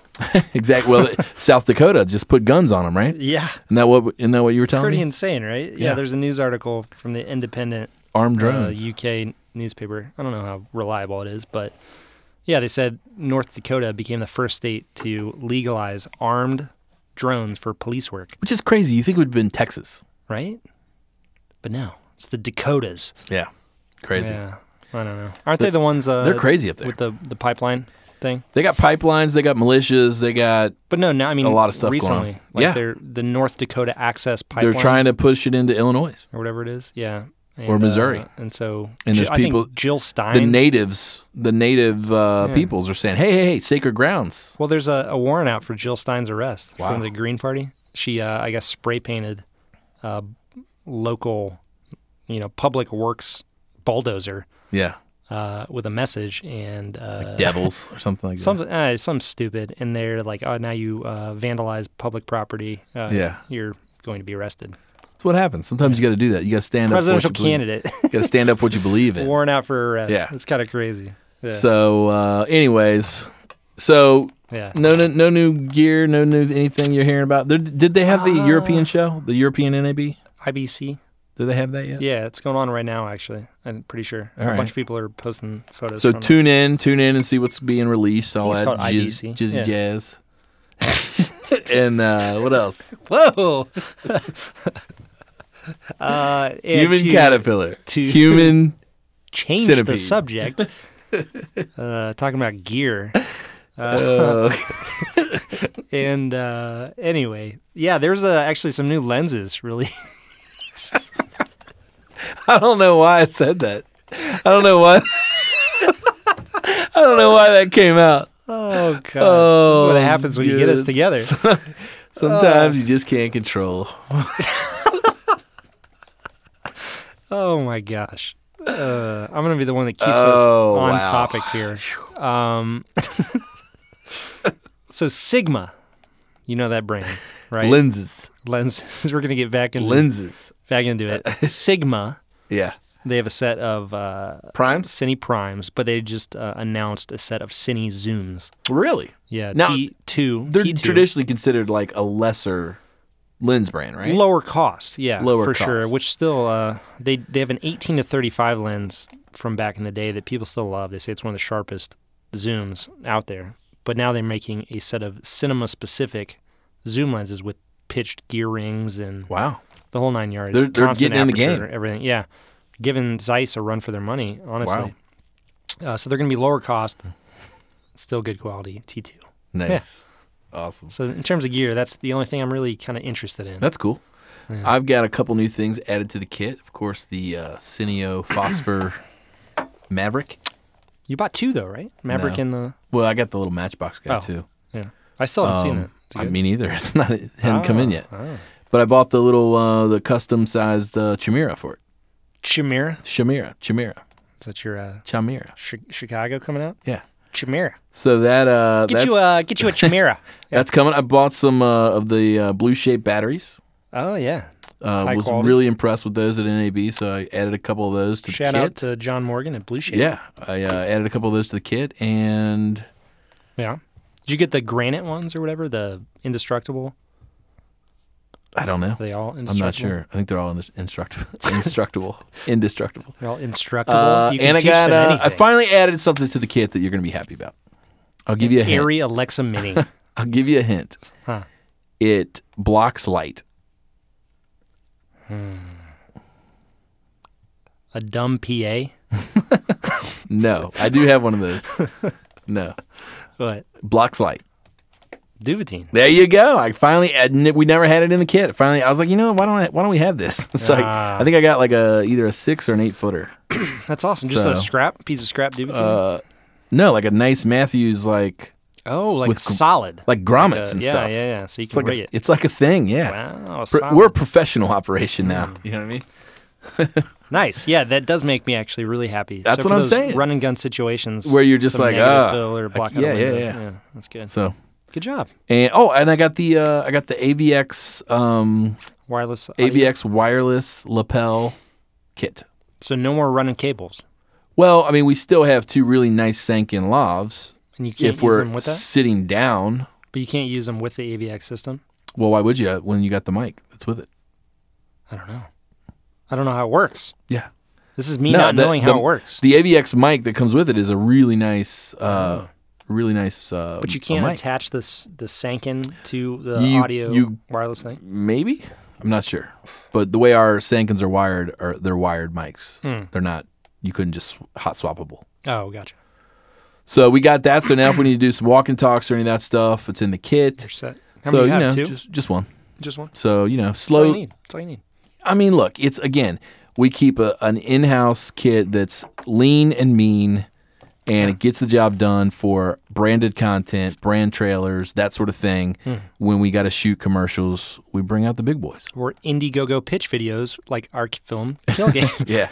[SPEAKER 1] Exactly. Well, South Dakota just put guns on them, right?
[SPEAKER 2] Yeah.
[SPEAKER 1] Isn't that what? Isn't that what you were telling
[SPEAKER 2] Pretty
[SPEAKER 1] me?
[SPEAKER 2] insane, right? Yeah,
[SPEAKER 1] Yeah.
[SPEAKER 2] There's a news article from the Independent
[SPEAKER 1] Armed
[SPEAKER 2] uh,
[SPEAKER 1] drones.
[SPEAKER 2] UK newspaper. I don't know how reliable it is, but yeah, they said North Dakota became the first state to legalize armed drones for police work,
[SPEAKER 1] Which is crazy. You think it would have been Texas?
[SPEAKER 2] right? But no, it's the Dakotas.
[SPEAKER 1] Yeah, crazy.
[SPEAKER 2] Yeah. I don't know. Aren't they the ones? Uh,
[SPEAKER 1] They're crazy up there.
[SPEAKER 2] with the the pipeline thing.
[SPEAKER 1] They got pipelines. They got militias. They got.
[SPEAKER 2] But no, now I mean
[SPEAKER 1] A lot of stuff going on.
[SPEAKER 2] recently. Like
[SPEAKER 1] Yeah.
[SPEAKER 2] they're the North Dakota Access
[SPEAKER 1] They're
[SPEAKER 2] Pipeline.
[SPEAKER 1] trying to push it into Illinois.
[SPEAKER 2] or whatever it is. Yeah. And,
[SPEAKER 1] Or Missouri.
[SPEAKER 2] uh, and so
[SPEAKER 1] And
[SPEAKER 2] Ji-
[SPEAKER 1] there's
[SPEAKER 2] I think
[SPEAKER 1] people-
[SPEAKER 2] Jill Stein.
[SPEAKER 1] The natives, the native uh,
[SPEAKER 2] Yeah.
[SPEAKER 1] peoples, are saying, "Hey, hey, hey, sacred grounds."
[SPEAKER 2] well, there's a, a warrant out for Jill Stein's arrest
[SPEAKER 1] Wow.
[SPEAKER 2] from the Green Party. She, uh, I guess, spray painted uh, local, you know, public works bulldozer
[SPEAKER 1] Yeah,
[SPEAKER 2] uh, with a message and uh,
[SPEAKER 1] devils or something like
[SPEAKER 2] something, uh, something stupid. And they're like, oh, now you uh, vandalize public property. Uh,
[SPEAKER 1] Yeah.
[SPEAKER 2] You're going to be arrested.
[SPEAKER 1] that. That's what happens. Sometimes you got to do that. You got to stand
[SPEAKER 2] Presidential
[SPEAKER 1] up. for what you believe-
[SPEAKER 2] candidate.
[SPEAKER 1] You got to stand up for what you believe in.
[SPEAKER 2] warrant out for arrest.
[SPEAKER 1] Yeah.
[SPEAKER 2] It's kind of crazy. Yeah.
[SPEAKER 1] So, uh, anyways, so
[SPEAKER 2] yeah.
[SPEAKER 1] no, no, no new gear, no new anything you're hearing about. There, did they have
[SPEAKER 2] Uh,
[SPEAKER 1] the European show, the European NAB? Did
[SPEAKER 2] IBC.
[SPEAKER 1] they have that yet?
[SPEAKER 2] Yeah, it's going on right now. Actually, I'm pretty sure
[SPEAKER 1] All
[SPEAKER 2] a
[SPEAKER 1] right.
[SPEAKER 2] bunch of people are posting photos.
[SPEAKER 1] So
[SPEAKER 2] from it.
[SPEAKER 1] tune in, tune in, and see what's being released. All
[SPEAKER 2] it's
[SPEAKER 1] that
[SPEAKER 2] called
[SPEAKER 1] jizz,
[SPEAKER 2] IBC.
[SPEAKER 1] jizzy
[SPEAKER 2] Yeah.
[SPEAKER 1] jazz, and uh, what else?
[SPEAKER 2] Whoa. uh, and
[SPEAKER 1] Human
[SPEAKER 2] to
[SPEAKER 1] caterpillar,
[SPEAKER 2] to-
[SPEAKER 1] human.
[SPEAKER 2] Change
[SPEAKER 1] centipede.
[SPEAKER 2] the subject. uh, talking about gear.
[SPEAKER 1] Uh,
[SPEAKER 2] And uh, anyway, yeah, there's uh, actually some new lenses. Really,
[SPEAKER 1] I don't know why I said that. I don't know why. I don't know why that came out.
[SPEAKER 2] oh god, this is
[SPEAKER 1] Oh,
[SPEAKER 2] what happens when you get us
[SPEAKER 1] good.
[SPEAKER 2] together.
[SPEAKER 1] Sometimes you just can't control.
[SPEAKER 2] Oh my gosh. Uh, I'm gonna be the one that keeps
[SPEAKER 1] Oh,
[SPEAKER 2] us on
[SPEAKER 1] wow.
[SPEAKER 2] topic here. Um, so Sigma, you know that brand, right? Mm-hmm.
[SPEAKER 1] Lenses,
[SPEAKER 2] Lenses. We're gonna get back into
[SPEAKER 1] lenses.
[SPEAKER 2] back into it. Sigma.
[SPEAKER 1] Yeah,
[SPEAKER 2] They have a set of uh,
[SPEAKER 1] primes.
[SPEAKER 2] Cine Primes, but they just uh, announced a set of Cine Zooms.
[SPEAKER 1] Really?
[SPEAKER 2] Yeah,
[SPEAKER 1] Now,
[SPEAKER 2] T2.
[SPEAKER 1] They're
[SPEAKER 2] T2.
[SPEAKER 1] traditionally considered like a lesser lens brand, right?
[SPEAKER 2] Lower cost, yeah,
[SPEAKER 1] Lower
[SPEAKER 2] for sure.
[SPEAKER 1] cost.
[SPEAKER 2] Which still, uh, they they have an 18 to 35 lens from back in the day that people still love. They say it's one of the sharpest zooms out there. But now they're making a set of cinema specific zoom lenses with pitched gear rings and
[SPEAKER 1] Wow.
[SPEAKER 2] the whole nine yards.
[SPEAKER 1] They're- they're
[SPEAKER 2] constant
[SPEAKER 1] getting in the
[SPEAKER 2] aperture,
[SPEAKER 1] game.
[SPEAKER 2] Everything, yeah. Giving Zeiss a run for their money, honestly. Uh, so they're going to be lower cost, still good quality T2.
[SPEAKER 1] Nice. Awesome.
[SPEAKER 2] So in terms of gear, that's the only thing I'm really kind of interested in.
[SPEAKER 1] That's cool. I've got a couple new things added to the kit. Of course, the uh, Cineo Phosphor Maverick.
[SPEAKER 2] You bought two though, right? Maverick
[SPEAKER 1] No.
[SPEAKER 2] and the
[SPEAKER 1] Well, I got the little Matchbox guy
[SPEAKER 2] Oh,
[SPEAKER 1] too.
[SPEAKER 2] yeah. I still haven't seen that.
[SPEAKER 1] Um,
[SPEAKER 2] It's
[SPEAKER 1] I
[SPEAKER 2] good.
[SPEAKER 1] mean, either it's not it hadn't come in
[SPEAKER 2] Oh,
[SPEAKER 1] yet.
[SPEAKER 2] oh.
[SPEAKER 1] But I bought the little uh, the custom sized uh, Chimera for it.
[SPEAKER 2] Chimera.
[SPEAKER 1] Chimera, Chimera,
[SPEAKER 2] Is that your uh,
[SPEAKER 1] Chimera.
[SPEAKER 2] chi- Chicago coming out?
[SPEAKER 1] Yeah.
[SPEAKER 2] Chimera.
[SPEAKER 1] So that uh,
[SPEAKER 2] Get
[SPEAKER 1] that's,
[SPEAKER 2] you a get you a Chimera.
[SPEAKER 1] that's coming. I bought some uh, of the uh, blue shape batteries.
[SPEAKER 2] oh yeah.
[SPEAKER 1] Uh,
[SPEAKER 2] High
[SPEAKER 1] was
[SPEAKER 2] quality.
[SPEAKER 1] really impressed with those at NAB, so I added a couple of those to
[SPEAKER 2] Shout
[SPEAKER 1] the kit.
[SPEAKER 2] out to John Morgan at Blue Shade.
[SPEAKER 1] yeah, I uh, added a couple of those to the kit, and
[SPEAKER 2] Yeah. Did you get the granite ones or whatever? The indestructible?
[SPEAKER 1] I don't know.
[SPEAKER 2] Are they all indestructible?
[SPEAKER 1] I'm not sure. I think they're all in- instructible, instructible, indestructible.
[SPEAKER 2] They're all instructible.
[SPEAKER 1] Uh,
[SPEAKER 2] you can
[SPEAKER 1] and I
[SPEAKER 2] teach
[SPEAKER 1] got.
[SPEAKER 2] them
[SPEAKER 1] Uh,
[SPEAKER 2] anything.
[SPEAKER 1] I finally added something to the kit that you're going to be happy about. I'll give you a hint.
[SPEAKER 2] Airy Alexa Mini.
[SPEAKER 1] I'll give you a hint.
[SPEAKER 2] Huh.
[SPEAKER 1] It blocks light.
[SPEAKER 2] a dumb PA.
[SPEAKER 1] No, I do have one of those. No,
[SPEAKER 2] What?
[SPEAKER 1] blocks light.
[SPEAKER 2] Duvetine.
[SPEAKER 1] There you go. I finally I, n- we never had it in the kit. Finally, I was like, you know, why don't I, why don't we have this? so
[SPEAKER 2] Ah.
[SPEAKER 1] I, I think I got like a either a six or an eight footer.
[SPEAKER 2] That's awesome. Just
[SPEAKER 1] So- uh,
[SPEAKER 2] a scrap piece of scrap Duvetine.
[SPEAKER 1] No, like a nice Matthews like
[SPEAKER 2] oh, like
[SPEAKER 1] with gr-
[SPEAKER 2] solid.
[SPEAKER 1] like grommets
[SPEAKER 2] Uh,
[SPEAKER 1] and
[SPEAKER 2] yeah,
[SPEAKER 1] stuff.
[SPEAKER 2] yeah, yeah. So you
[SPEAKER 1] It's
[SPEAKER 2] can
[SPEAKER 1] like
[SPEAKER 2] rig
[SPEAKER 1] a,
[SPEAKER 2] it.
[SPEAKER 1] it's like a thing. Yeah,
[SPEAKER 2] Wow,
[SPEAKER 1] Pro-
[SPEAKER 2] solid. Mm.
[SPEAKER 1] we're a professional operation now. You know what I mean?
[SPEAKER 2] nice. Yeah, that does make me actually really happy.
[SPEAKER 1] That's what
[SPEAKER 2] so for
[SPEAKER 1] I'm
[SPEAKER 2] those
[SPEAKER 1] saying.
[SPEAKER 2] Run and gun situations
[SPEAKER 1] Where you're just
[SPEAKER 2] some
[SPEAKER 1] like,
[SPEAKER 2] negative
[SPEAKER 1] ah,
[SPEAKER 2] fill or
[SPEAKER 1] like,
[SPEAKER 2] block out a
[SPEAKER 1] yeah, yeah,
[SPEAKER 2] window.
[SPEAKER 1] yeah.
[SPEAKER 2] That's good.
[SPEAKER 1] So
[SPEAKER 2] good job.
[SPEAKER 1] and oh, and I got the uh, I got the AVX um,
[SPEAKER 2] Wireless uh, audio.
[SPEAKER 1] AVX wireless lapel kit.
[SPEAKER 2] So no more running cables,
[SPEAKER 1] Well, I mean, we still have two really nice Sankin lavs.
[SPEAKER 2] and you can't
[SPEAKER 1] If
[SPEAKER 2] use
[SPEAKER 1] we're
[SPEAKER 2] them with that.
[SPEAKER 1] sitting down,
[SPEAKER 2] But you can't use them with the AVX system.
[SPEAKER 1] well, why would you when you got the mic that's with it?
[SPEAKER 2] I don't know. I don't know how it works.
[SPEAKER 1] Yeah.
[SPEAKER 2] This is me not
[SPEAKER 1] the-
[SPEAKER 2] knowing
[SPEAKER 1] the-
[SPEAKER 2] how it works.
[SPEAKER 1] The AVX mic that comes with it is a really nice, uh, really nice. Uh,
[SPEAKER 2] Oh. but you can't
[SPEAKER 1] mic.
[SPEAKER 2] attach this the Sanken to the
[SPEAKER 1] You-
[SPEAKER 2] audio
[SPEAKER 1] you-
[SPEAKER 2] wireless thing.
[SPEAKER 1] Maybe I'm not sure, but the way our Sankins are wired, are they're wired mics.
[SPEAKER 2] Hmm.
[SPEAKER 1] They're not. You couldn't just hot swappable.
[SPEAKER 2] Oh, gotcha.
[SPEAKER 1] So we got that. So now if we need to do some walk and talks or any of that stuff, it's in the kit.
[SPEAKER 2] You're set. How
[SPEAKER 1] so
[SPEAKER 2] many you have?
[SPEAKER 1] know,
[SPEAKER 2] Two?
[SPEAKER 1] just just one.
[SPEAKER 2] Just one. That's
[SPEAKER 1] So you know,
[SPEAKER 2] all you
[SPEAKER 1] slow.
[SPEAKER 2] need. That's all you need.
[SPEAKER 1] I mean, look, it's again, we keep a, an in-house kit that's lean and mean, and it gets the job done for branded content, brand trailers, that sort of thing.
[SPEAKER 2] Hmm.
[SPEAKER 1] When we got to shoot commercials, we bring out the big boys.
[SPEAKER 2] Or Indiegogo pitch videos like our film Kill Game.
[SPEAKER 1] Yeah.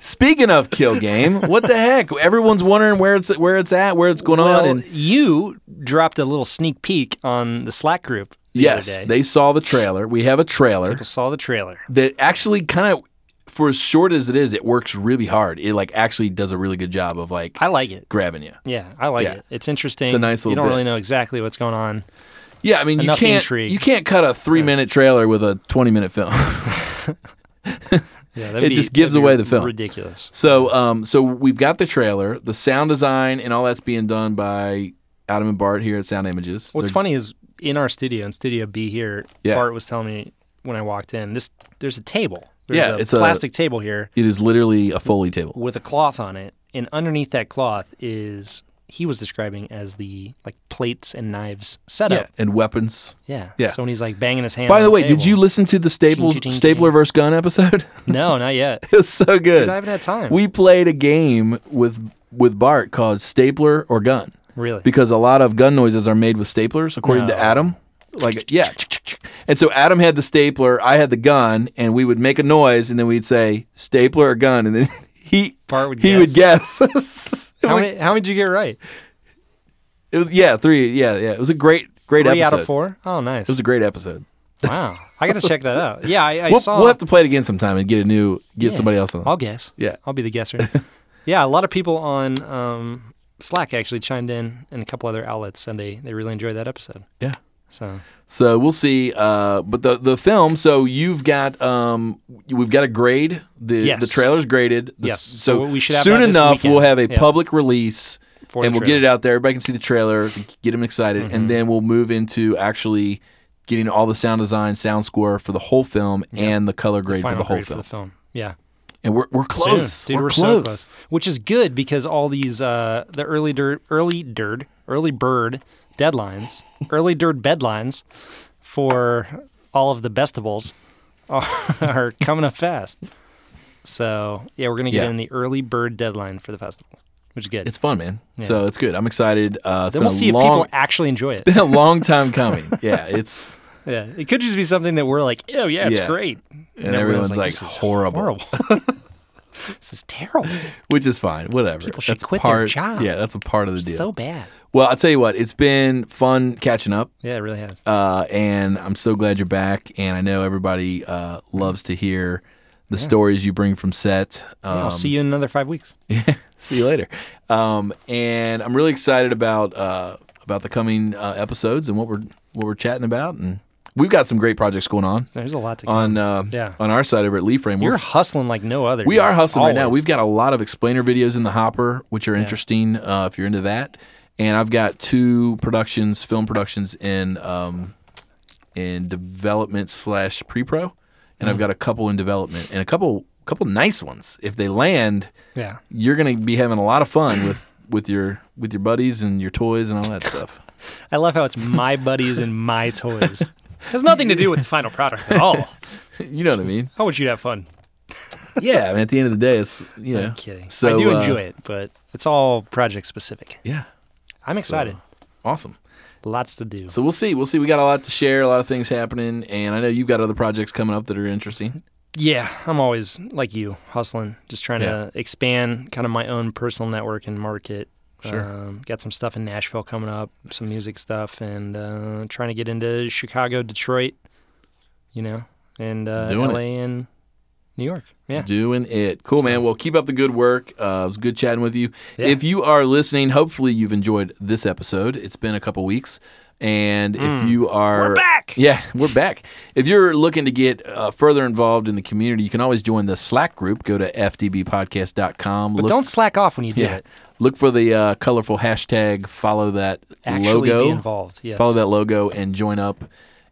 [SPEAKER 1] Speaking of Kill Game, what the heck? Everyone's wondering where it's where it's at, where it's going on,
[SPEAKER 2] well,
[SPEAKER 1] and
[SPEAKER 2] you dropped a little sneak peek on the Slack group. The other
[SPEAKER 1] yes,
[SPEAKER 2] day.
[SPEAKER 1] they saw the trailer. We have a trailer.
[SPEAKER 2] People saw the trailer.
[SPEAKER 1] that actually kind of for as short as it is it works really hard it like actually does a really good job of like
[SPEAKER 2] I like it.
[SPEAKER 1] grabbing you
[SPEAKER 2] Yeah, I like
[SPEAKER 1] Yeah.
[SPEAKER 2] it. It's interesting.
[SPEAKER 1] It's a nice
[SPEAKER 2] You
[SPEAKER 1] little
[SPEAKER 2] don't really
[SPEAKER 1] bit.
[SPEAKER 2] know exactly what's going on.
[SPEAKER 1] yeah i mean you
[SPEAKER 2] Enough
[SPEAKER 1] can't
[SPEAKER 2] intrigue.
[SPEAKER 1] you can't cut a three minute trailer with a 20 minute film
[SPEAKER 2] Yeah,
[SPEAKER 1] It just gives away the film.
[SPEAKER 2] Ridiculous.
[SPEAKER 1] so um so we've got the trailer the sound design and all that's being done by adam and bart here at sound images
[SPEAKER 2] What's
[SPEAKER 1] They're-
[SPEAKER 2] funny is in our studio, in Studio B here,
[SPEAKER 1] Yeah.
[SPEAKER 2] Bart was telling me when I walked in, this there's a table. There's
[SPEAKER 1] Yeah,
[SPEAKER 2] a
[SPEAKER 1] it's a-
[SPEAKER 2] plastic table here
[SPEAKER 1] it is literally a foley table
[SPEAKER 2] with a cloth on it, and underneath that cloth is he was describing as the like plates and knives
[SPEAKER 1] yeah
[SPEAKER 2] setup.
[SPEAKER 1] and weapons
[SPEAKER 2] Yeah.
[SPEAKER 1] Yeah.
[SPEAKER 2] So when he's like banging his hand.
[SPEAKER 1] by
[SPEAKER 2] on
[SPEAKER 1] the way did
[SPEAKER 2] table-
[SPEAKER 1] you listen to the staples
[SPEAKER 2] Ching, ching, ching,
[SPEAKER 1] stapler versus gun episode
[SPEAKER 2] No, not yet.
[SPEAKER 1] It's so good
[SPEAKER 2] Dude, I haven't had time.
[SPEAKER 1] we played a game with with bart called stapler or gun
[SPEAKER 2] really.
[SPEAKER 1] because a lot of gun noises are made with staplers, according
[SPEAKER 2] No.
[SPEAKER 1] to Adam. Like, yeah. And so Adam had the stapler, I had the gun, and we would make a noise, and then we'd say stapler or gun, and then he
[SPEAKER 2] Bart would
[SPEAKER 1] he would guess. it, was
[SPEAKER 2] how,
[SPEAKER 1] like-
[SPEAKER 2] many, how many did you get right?
[SPEAKER 1] it was yeah, three, yeah, yeah. It was a great, great
[SPEAKER 2] Three
[SPEAKER 1] episode.
[SPEAKER 2] out of four. Oh, nice.
[SPEAKER 1] It was a great episode.
[SPEAKER 2] wow, I gotta check that out. Yeah, I, I
[SPEAKER 1] We'll,
[SPEAKER 2] saw.
[SPEAKER 1] we'll have to play it again sometime and get a new, get
[SPEAKER 2] Yeah.
[SPEAKER 1] somebody else on.
[SPEAKER 2] I'll guess.
[SPEAKER 1] Yeah.
[SPEAKER 2] I'll be the guesser. yeah, a lot of people on um, Slack actually chimed in and a couple other outlets, and they, they really enjoyed that episode.
[SPEAKER 1] yeah.
[SPEAKER 2] So
[SPEAKER 1] So we'll see. Uh, but the the film. So you've got um, we've got a grade. The
[SPEAKER 2] Yes.
[SPEAKER 1] the trailer's graded. The-
[SPEAKER 2] Yes.
[SPEAKER 1] So
[SPEAKER 2] So we should have
[SPEAKER 1] soon
[SPEAKER 2] that this
[SPEAKER 1] enough, we'll have
[SPEAKER 2] weekend.
[SPEAKER 1] a
[SPEAKER 2] Yeah.
[SPEAKER 1] public release,
[SPEAKER 2] For
[SPEAKER 1] and
[SPEAKER 2] the
[SPEAKER 1] we'll get
[SPEAKER 2] trailer. Mm-hmm.
[SPEAKER 1] it out there. Everybody can see the trailer, get them excited, and then we'll move into actually getting all the sound design, sound score for the whole film, and the color grade for
[SPEAKER 2] final
[SPEAKER 1] the whole
[SPEAKER 2] grade
[SPEAKER 1] film.
[SPEAKER 2] for the film. Yeah.
[SPEAKER 1] And we're we're
[SPEAKER 2] Soon.
[SPEAKER 1] close.
[SPEAKER 2] Dude, we're, so close. Which is good because all these uh, the early dirt early dirt early bird deadlines, early dirt bedlines for all of the bestables are, are coming up fast. So yeah, we're gonna get
[SPEAKER 1] Yeah.
[SPEAKER 2] in the early bird deadline for the festival, which is good.
[SPEAKER 1] It's fun, man. So it's good. I'm excited. Uh, it's
[SPEAKER 2] then
[SPEAKER 1] been
[SPEAKER 2] we'll
[SPEAKER 1] a
[SPEAKER 2] see if
[SPEAKER 1] long,
[SPEAKER 2] people actually enjoy it.
[SPEAKER 1] been a long time coming. yeah, it's
[SPEAKER 2] Yeah, it could just be something that we're like, oh yeah, it's
[SPEAKER 1] Yeah.
[SPEAKER 2] great, and,
[SPEAKER 1] and everyone's, like
[SPEAKER 2] this is
[SPEAKER 1] horrible.
[SPEAKER 2] horrible. this is terrible.
[SPEAKER 1] which is fine. Whatever.
[SPEAKER 2] People should
[SPEAKER 1] that's
[SPEAKER 2] quit their
[SPEAKER 1] part,
[SPEAKER 2] jobs.
[SPEAKER 1] Yeah, that's a part of the deal.
[SPEAKER 2] So bad.
[SPEAKER 1] well, I'll tell you what, it's been fun catching up,
[SPEAKER 2] Yeah, it really has.
[SPEAKER 1] uh, and I'm so glad you're back. And I know everybody uh, loves to hear the stories you bring from set. Um,
[SPEAKER 2] I'll see you in another five weeks.
[SPEAKER 1] see you later. Um, and I'm really excited about uh, about the coming uh, episodes and what we're what we're chatting about. And we've got some great projects going on
[SPEAKER 2] There's a lot to.
[SPEAKER 1] on uh,
[SPEAKER 2] Yeah.
[SPEAKER 1] on our side over at Lee Frame.
[SPEAKER 2] You're
[SPEAKER 1] We're
[SPEAKER 2] hustling like no other.
[SPEAKER 1] We
[SPEAKER 2] dude.
[SPEAKER 1] are hustling right now.
[SPEAKER 2] Always.
[SPEAKER 1] We've got a lot of explainer videos in the hopper, which are interesting uh, if you're into that. And I've got two productions, film productions in um, in development slash pre pro, and
[SPEAKER 2] Mm-hmm.
[SPEAKER 1] I've got a couple in development and a couple couple nice ones. If they land,
[SPEAKER 2] yeah.
[SPEAKER 1] you're gonna be having a lot of fun with with your with your buddies and your toys and all that stuff.
[SPEAKER 2] I love how it's my buddies and my toys. It has nothing to do with the final product at all.
[SPEAKER 1] You know what I mean?
[SPEAKER 2] How would you have fun?
[SPEAKER 1] Yeah. I mean, at the end of the day, it's you know.
[SPEAKER 2] I'm kidding.
[SPEAKER 1] So
[SPEAKER 2] I do
[SPEAKER 1] uh,
[SPEAKER 2] enjoy it, but it's all project specific.
[SPEAKER 1] Yeah.
[SPEAKER 2] I'm excited.
[SPEAKER 1] Awesome.
[SPEAKER 2] Lots to do.
[SPEAKER 1] So we'll see. We'll see. We got a lot to share, a lot of things happening, and I know you've got other projects coming up that are interesting.
[SPEAKER 2] Yeah, I'm always like you, hustling, just trying
[SPEAKER 1] Yeah.
[SPEAKER 2] to expand kind of my own personal network and market.
[SPEAKER 1] Sure.
[SPEAKER 2] Um, got some stuff in Nashville coming up, some music stuff, and uh, trying to get into Chicago, Detroit, you know, and uh,
[SPEAKER 1] Doing it.
[SPEAKER 2] LA and New York. Yeah.
[SPEAKER 1] Doing it. Cool, man. Well, keep up the good work. Uh, it was good chatting with you.
[SPEAKER 2] Yeah.
[SPEAKER 1] If you are listening, hopefully you've enjoyed this episode. It's been a couple weeks. And if you are.
[SPEAKER 2] Mm. We're back!
[SPEAKER 1] Yeah, we're back. If you're looking to get uh, further involved in the community, you can always join the Slack group. Go to fdbpodcast.com.
[SPEAKER 2] But
[SPEAKER 1] look,
[SPEAKER 2] don't slack off when you do
[SPEAKER 1] yeah,
[SPEAKER 2] it.
[SPEAKER 1] look for the uh, colorful hashtag, follow that
[SPEAKER 2] Actually
[SPEAKER 1] logo.
[SPEAKER 2] be involved. Yes.
[SPEAKER 1] Follow that logo and join up,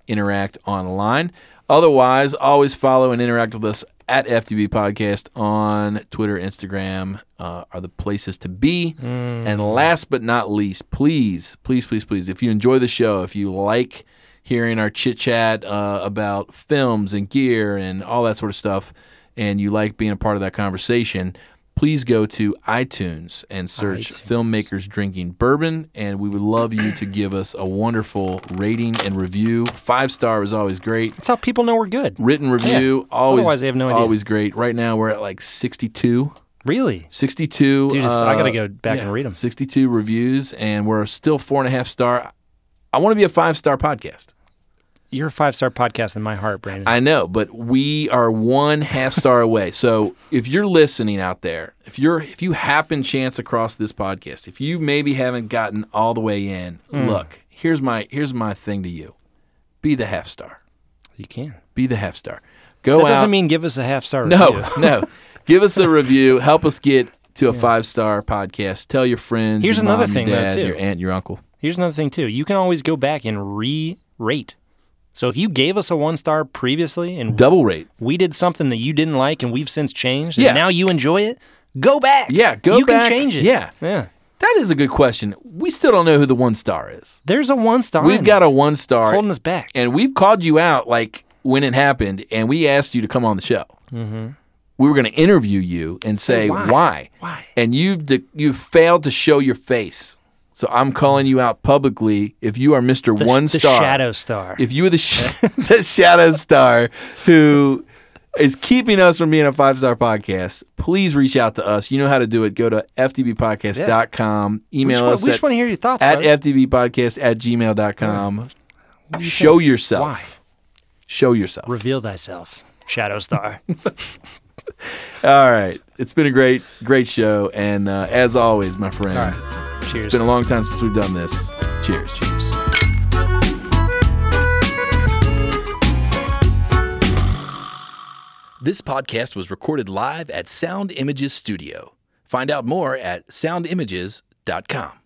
[SPEAKER 1] interact online. Otherwise, always follow and interact with us at FTB Podcast on Twitter, Instagram uh, are the places to be. And last but not least, please, please, please, please, if you enjoy the show, if you like hearing our chit chat uh, about films and gear and all that sort of stuff, and you like being a part of that conversation, please go to iTunes and search
[SPEAKER 2] iTunes.
[SPEAKER 1] filmmakers drinking bourbon and we would love you to give us a wonderful rating and review five star is always great
[SPEAKER 2] That's how people know we're good.
[SPEAKER 1] written review
[SPEAKER 2] Yeah.
[SPEAKER 1] always
[SPEAKER 2] Otherwise, they have no idea.
[SPEAKER 1] always great right now we're at like 62
[SPEAKER 2] Really?
[SPEAKER 1] 62
[SPEAKER 2] Dude, it's- I gotta go back
[SPEAKER 1] uh, yeah,
[SPEAKER 2] and read 'em.
[SPEAKER 1] 62 reviews and we're still four and a half star i want to be a five star podcast
[SPEAKER 2] You're a five star podcast in my heart, Brandon.
[SPEAKER 1] I know, but we are one half star away. So if you're listening out there, if you're if you happen chance across this podcast, if you maybe haven't gotten all the way in,
[SPEAKER 2] Hmm.
[SPEAKER 1] look, here's my here's my thing to you. Be the half star.
[SPEAKER 2] you can.
[SPEAKER 1] Be the half star. Go
[SPEAKER 2] That doesn't
[SPEAKER 1] out-
[SPEAKER 2] mean give us a half star
[SPEAKER 1] No,
[SPEAKER 2] review.
[SPEAKER 1] no. Give us a review. Help us get to a five star podcast. Tell your friends.
[SPEAKER 2] Here's
[SPEAKER 1] your
[SPEAKER 2] another
[SPEAKER 1] mom,
[SPEAKER 2] thing,
[SPEAKER 1] your
[SPEAKER 2] though,
[SPEAKER 1] dad,
[SPEAKER 2] too.
[SPEAKER 1] Your aunt, your uncle.
[SPEAKER 2] Here's another thing too. You can always go back and re-rate. So if you gave us a one star previously and
[SPEAKER 1] Double rate.
[SPEAKER 2] we did something that you didn't like and we've since changed and
[SPEAKER 1] Yeah.
[SPEAKER 2] now you enjoy it, go back.
[SPEAKER 1] Yeah, go
[SPEAKER 2] You
[SPEAKER 1] back.
[SPEAKER 2] can change it.
[SPEAKER 1] Yeah.
[SPEAKER 2] Yeah.
[SPEAKER 1] That is a good question. We still don't know who the one star is.
[SPEAKER 2] There's a one star.
[SPEAKER 1] We've got a one star.
[SPEAKER 2] holding us back.
[SPEAKER 1] and we've called you out like when it happened, and we asked you to come on the show. Mm-hmm. We were going to interview you and say
[SPEAKER 2] why?
[SPEAKER 1] why,
[SPEAKER 2] Why?
[SPEAKER 1] and you've de- you've failed to show your face. So I'm calling you out publicly. If you are Mister One
[SPEAKER 2] the
[SPEAKER 1] Star,
[SPEAKER 2] shadow star.
[SPEAKER 1] if you were the, sh- the shadow star who is keeping us from being a five star podcast, please reach out to us. You know how to do it. Go to ftbpodcast.com.
[SPEAKER 2] we
[SPEAKER 1] Email
[SPEAKER 2] just, want,
[SPEAKER 1] us
[SPEAKER 2] we just
[SPEAKER 1] at,
[SPEAKER 2] want to hear your thoughts.
[SPEAKER 1] at
[SPEAKER 2] brother.
[SPEAKER 1] ftbpodcast at gmail.com.
[SPEAKER 2] What do you
[SPEAKER 1] Show
[SPEAKER 2] think?
[SPEAKER 1] yourself.
[SPEAKER 2] Why?
[SPEAKER 1] Show yourself.
[SPEAKER 2] Reveal thyself, shadow star.
[SPEAKER 1] All right. It's been a great, great show. And uh, as always, my friend,
[SPEAKER 2] All right. Cheers.
[SPEAKER 1] it's been a long time since we've done this. Cheers. This podcast was recorded live at Sound Images Studio. Find out more at soundimages.com.